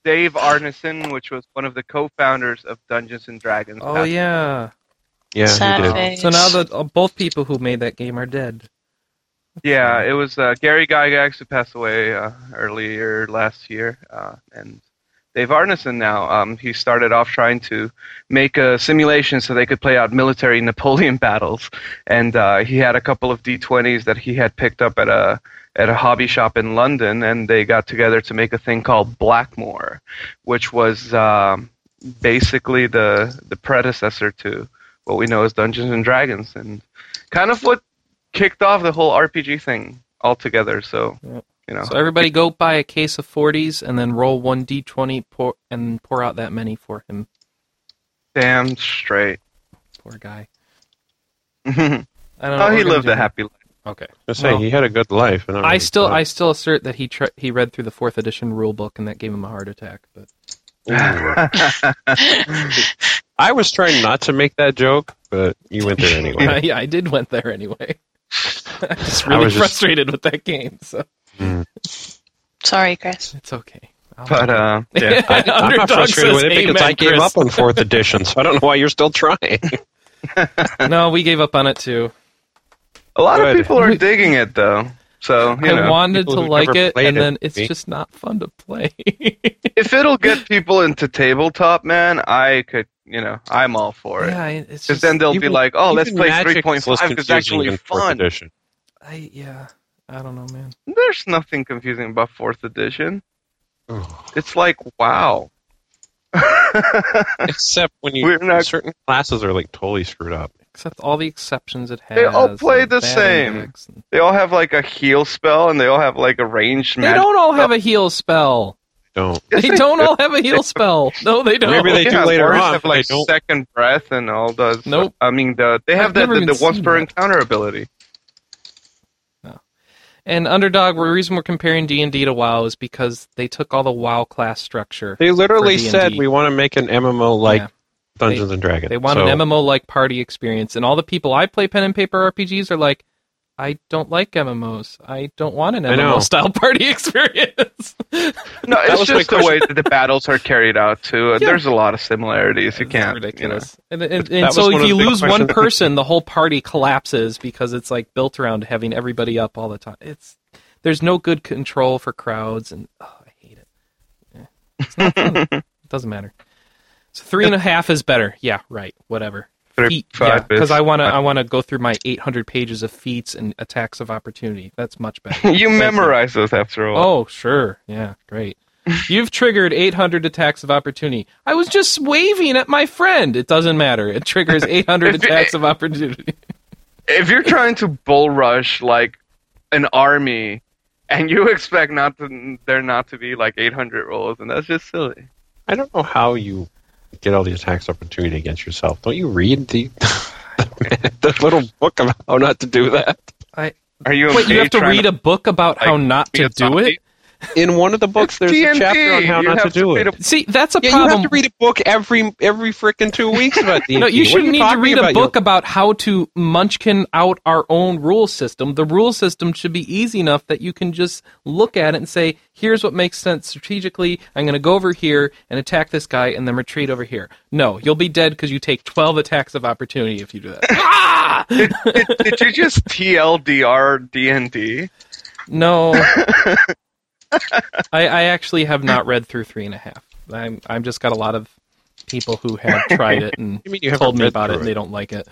Dave Arneson, which was one of the co-founders of Dungeons and Dragons. Oh passed yeah. Yeah, Sad you did. face. So now that uh, both people who made that game are dead. Yeah, it was uh, Gary Gygax who passed away uh, earlier last year, uh, and Dave Arneson now. Um, he started off trying to make a simulation so they could play out military Napoleon battles, and uh, he had a couple of D20s that he had picked up at a at a hobby shop in London, and they got together to make a thing called Blackmore, which was um, basically the the predecessor to what we know as Dungeons and Dragons, and kind of what kicked off the whole RPG thing altogether. So Yeah. you know, So everybody go buy a case of 40s and then roll one d20 pour, and pour out that many for him. damn straight. Poor guy. oh, I don't know. what he we're gonna lived do. a happy life. Okay. I was saying, Well, he had a good life. And I still I still assert that he tr- he read through the fourth edition rule book and that gave him a heart attack. But I was trying not to make that joke, but you went there anyway. I, I did went there anyway. I'm just really was just- frustrated with that game, so Sorry, Chris. it's okay. I'll- But uh, Yeah, I, am Underdog not frustrated says with it because amen, I gave Chris. up on fourth edition, so I don't know why you're still trying. no, we gave up on it too. a lot Good. of people are digging it though. So you I know, wanted to people who've like never it, played and it then with it's me. just not fun to play. if it'll get people into tabletop, man, I could. You know, I'm all for it. yeah, I- it's Because just then they'll be Even- like, "Oh, let's Even play Magic's 3.5 less because it's confusing actually than fourth fun." edition. I yeah, I don't know, man. There's nothing confusing about fourth edition. It's like, wow. Except when you We're not- certain classes are like totally screwed up. Except all the exceptions it has. They all play and the bad same. index and- They all have like a heal spell, and they all have like a ranged They magic. don't all oh. have a heal spell. Don't. Yes, They don't all have a heal spell. No, they don't. Maybe they do yeah, later Warriors on, Have but like they don't- second breath and all those. Nope. I mean, the, they I've have the, never the, even the once seen per that. encounter ability. And Underdog, the reason we're comparing D and D to WoW is because they took all the WoW class structure. They literally For D&D. said we want to make an MMO like Yeah. Dungeons and Dragons. They want so, an MMO like party experience, and all the people I play pen and paper RPGs are like, I don't like MMOs. I don't want an I know. MMO style party experience. No, That it's was my just the way that the battles are carried out too. Uh, Yeah. There's a lot of similarities. You It's can't. ridiculous. And, and, and That was so one if of you the big lose one questions. person, the whole party collapses because it's like built around having everybody up all the time. It's there's no good control for crowds, and oh, I hate it. Yeah. It's not fun. it doesn't matter. So three and a half is better. Yeah, right. Whatever. Three, five is because I want to. I want to go through my 800 pages of feats and attacks of opportunity. That's much You, better. know. you Thank memorize those after all. Oh, sure. Yeah, great. You've triggered 800 attacks of opportunity. I was just waving at my friend. It doesn't matter. It triggers 800 If it- attacks of opportunity. If you're trying to bull rush like an army, and you expect not to, there not to be like 800 rolls, and that's just silly. I don't know how you get all the attacks opportunity against yourself. Don't you read the the little book about how not to do that? I Are you? Wait, you okay have to trying read a book about how not be to a do it? zombie? In one of the books, there's a TNT. chapter on how You not to have do read it. a- See, that's a yeah, you problem. have to read a book every every freaking two weeks about the. no, you should need to read a book about how to munchkin out our own rule system. The rule system should be easy enough that you can just look at it and say, here's what makes sense strategically. I'm going to go over here and attack this guy and then retreat over here. No, you'll be dead because you take 12 attacks of opportunity if you do that. ah! did, did, did you just TLDR D and D? No. I, I actually have not read through three and a half. I'm, I've just got a lot of people who have tried it and You mean you haven't told me read about it through and they don't like it.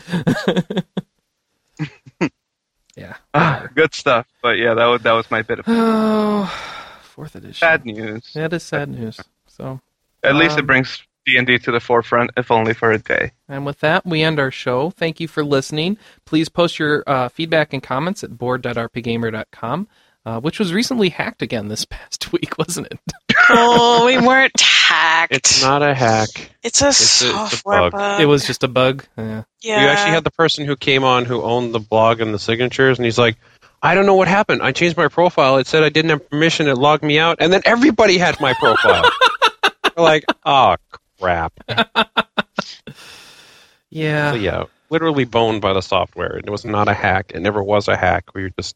yeah. Ah, Good stuff. But yeah, that was that was my bit of Oh, fourth edition. sad news. That is sad news. So, At least Um, it brings D and D to the forefront, if only for a day. and with that, we end our show. Thank you for listening. Please post your uh, feedback and comments at board.rpgamer.com, uh, which was recently hacked again this past week, wasn't it? oh, we weren't hacked. It's not a hack. It's a it's a- it's a software bug. bug. It was just a bug. Yeah. Yeah. You actually had the person who came on who owned the blog and the signatures, and he's like, "I don't know what happened. I changed my profile. It said I didn't have permission. It logged me out, and then everybody had my profile." We're like, "Oh crap!" Yeah. So, yeah, literally boned by the software. It was not a hack. It never was a hack. We were just,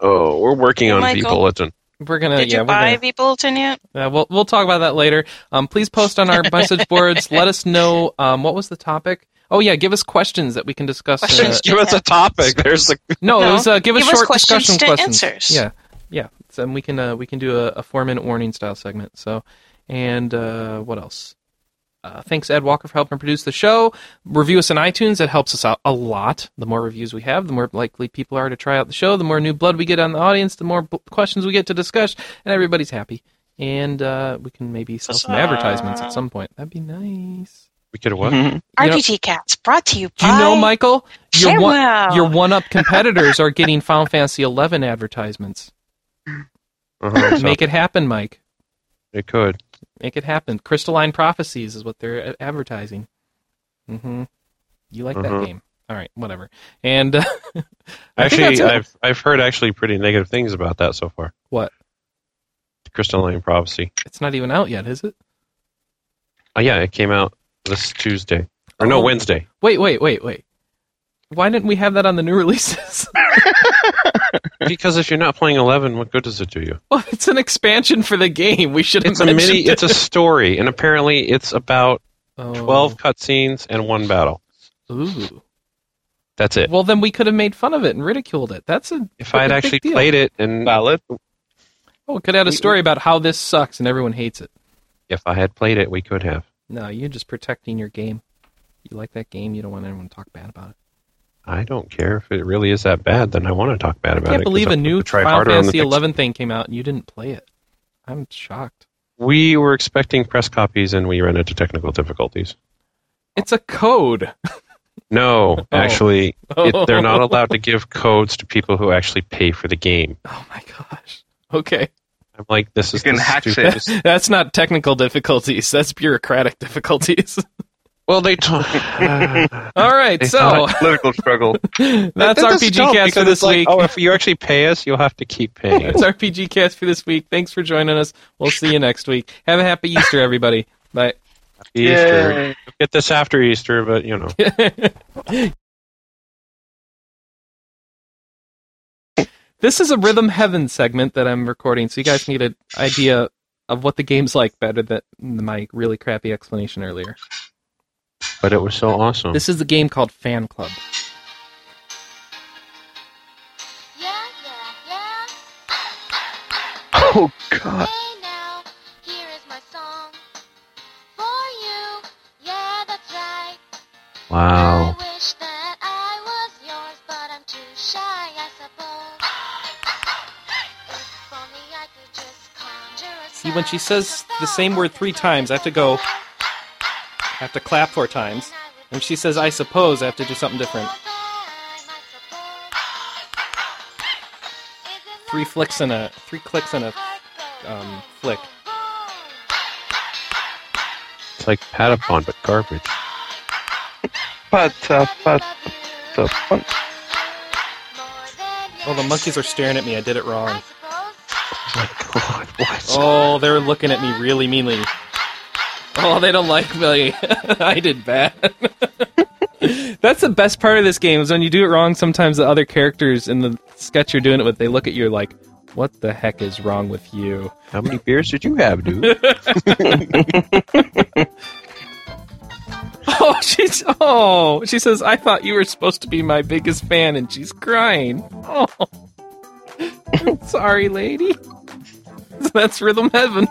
oh, we're working on Michael. V-Bulletin. We're gonna Did Uh, yeah, you we're gonna- buy V-Bulletin yet? Uh, we'll we'll talk about that later. Um, please post on our message boards. Let us know um, what was the topic. Oh yeah, give us questions that we can discuss. uh, In a, Questions. Just give us a topic. There's a no, it No. was uh, give us Give us short questions discussion to questions. answers. Yeah, yeah. So, and we can uh, we can do a, a four minute warning style segment. So, and uh, what else? Uh, thanks, Ed Walker, for helping produce the show. Review us on iTunes. That helps us out a lot. The more reviews we have, the more likely people are to try out the show. The more new blood we get on the audience, the more b- questions we get to discuss, and everybody's happy. And uh, we can maybe sell some advertisements at some point. That'd be nice. We could have what? You know- RPG Cats brought to you Do by you know, Michael, your one, Farewell. Oh. your one-up competitors are getting Final Fantasy eleven advertisements. Uh-huh, so Mm-hmm. Make it happen, Mike. it could. Make it happen. Crystalline Prophecies is what they're a- advertising. hmm You like that Mhm. game. All right, whatever. And uh, I think that's Actually, it. I've I've heard actually pretty negative things about that so far. What? The Crystalline Prophecy. it's not even out yet, is it? Oh yeah, it came out this Tuesday or no Oh. Wednesday. Wait, wait, wait, wait. Why didn't we have that on the new releases? Because if you're not playing Eleven, what good does it do you? well, it's an expansion for the game. We should have It's a mini. mentioned it. It's a story, and apparently it's about Oh. twelve cutscenes and one battle. Ooh. That's it. Well, then we could have made fun of it and ridiculed it. That's a If I had big actually deal. played it, and Valid. Oh, we could have had a story about how this sucks and everyone hates it. if I had played it, we could have. No, you're just protecting your game. You like that game. You don't want anyone to talk bad about it. I don't care if it really is that bad. Then I want to talk bad I about can't it. 'cause believe I'm a gonna new try Final harder on the Fantasy next- eleven thing came out and you didn't play it. I'm shocked. We were expecting press copies, and we ran into technical difficulties. It's a code. No, actually, it, they're not Oh. allowed to give codes to people who actually pay for the game. Oh my gosh. Okay, I'm like, this is You can the hack it. stupidest. that's not technical difficulties. That's bureaucratic difficulties. Well, they told. that's All right, They so Political struggle. that's RPG Cast for this week. oh, if you actually pay us, you'll have to keep paying us. That's RPG Cast for this week. Thanks for joining us. We'll see you next week. Have a happy Easter, everybody. Bye. Easter. Yay. Get this after Easter, but you know. This is a Rhythm Heaven segment that I'm recording, so you guys need an idea of what the game's like better than my really crappy explanation earlier. But it was so awesome. This is the game called Fan Club. Yeah, yeah, yeah. Oh God. Hey now, here is my song for you. Yeah, that's right. wow. I wish that I was yours, but I'm too shy, I suppose. If only I could just conjure a See, when she sound says with a the same word thousand three times, I have to go, I have to clap four times. When she says, I suppose, I have to do something different. Three flicks and a, three clicks and a, um, flick. It's like Patapon, but garbage. But, uh, but, Love you but, but. more than Oh, the monkeys are staring at me. I did it I wrong. suppose. Oh God, what? Oh, they're looking at me really meanly. Oh, they don't like me. I did bad. That's the best part of this game is when you do it wrong. Sometimes the other characters in the sketch you're doing it with, they look at you like, "What the heck is wrong with you?" How many beers did you have, dude? Oh, she's oh, she says, "I thought you were supposed to be my biggest fan," and she's crying. Oh, sorry, lady. That's rhythm heaven.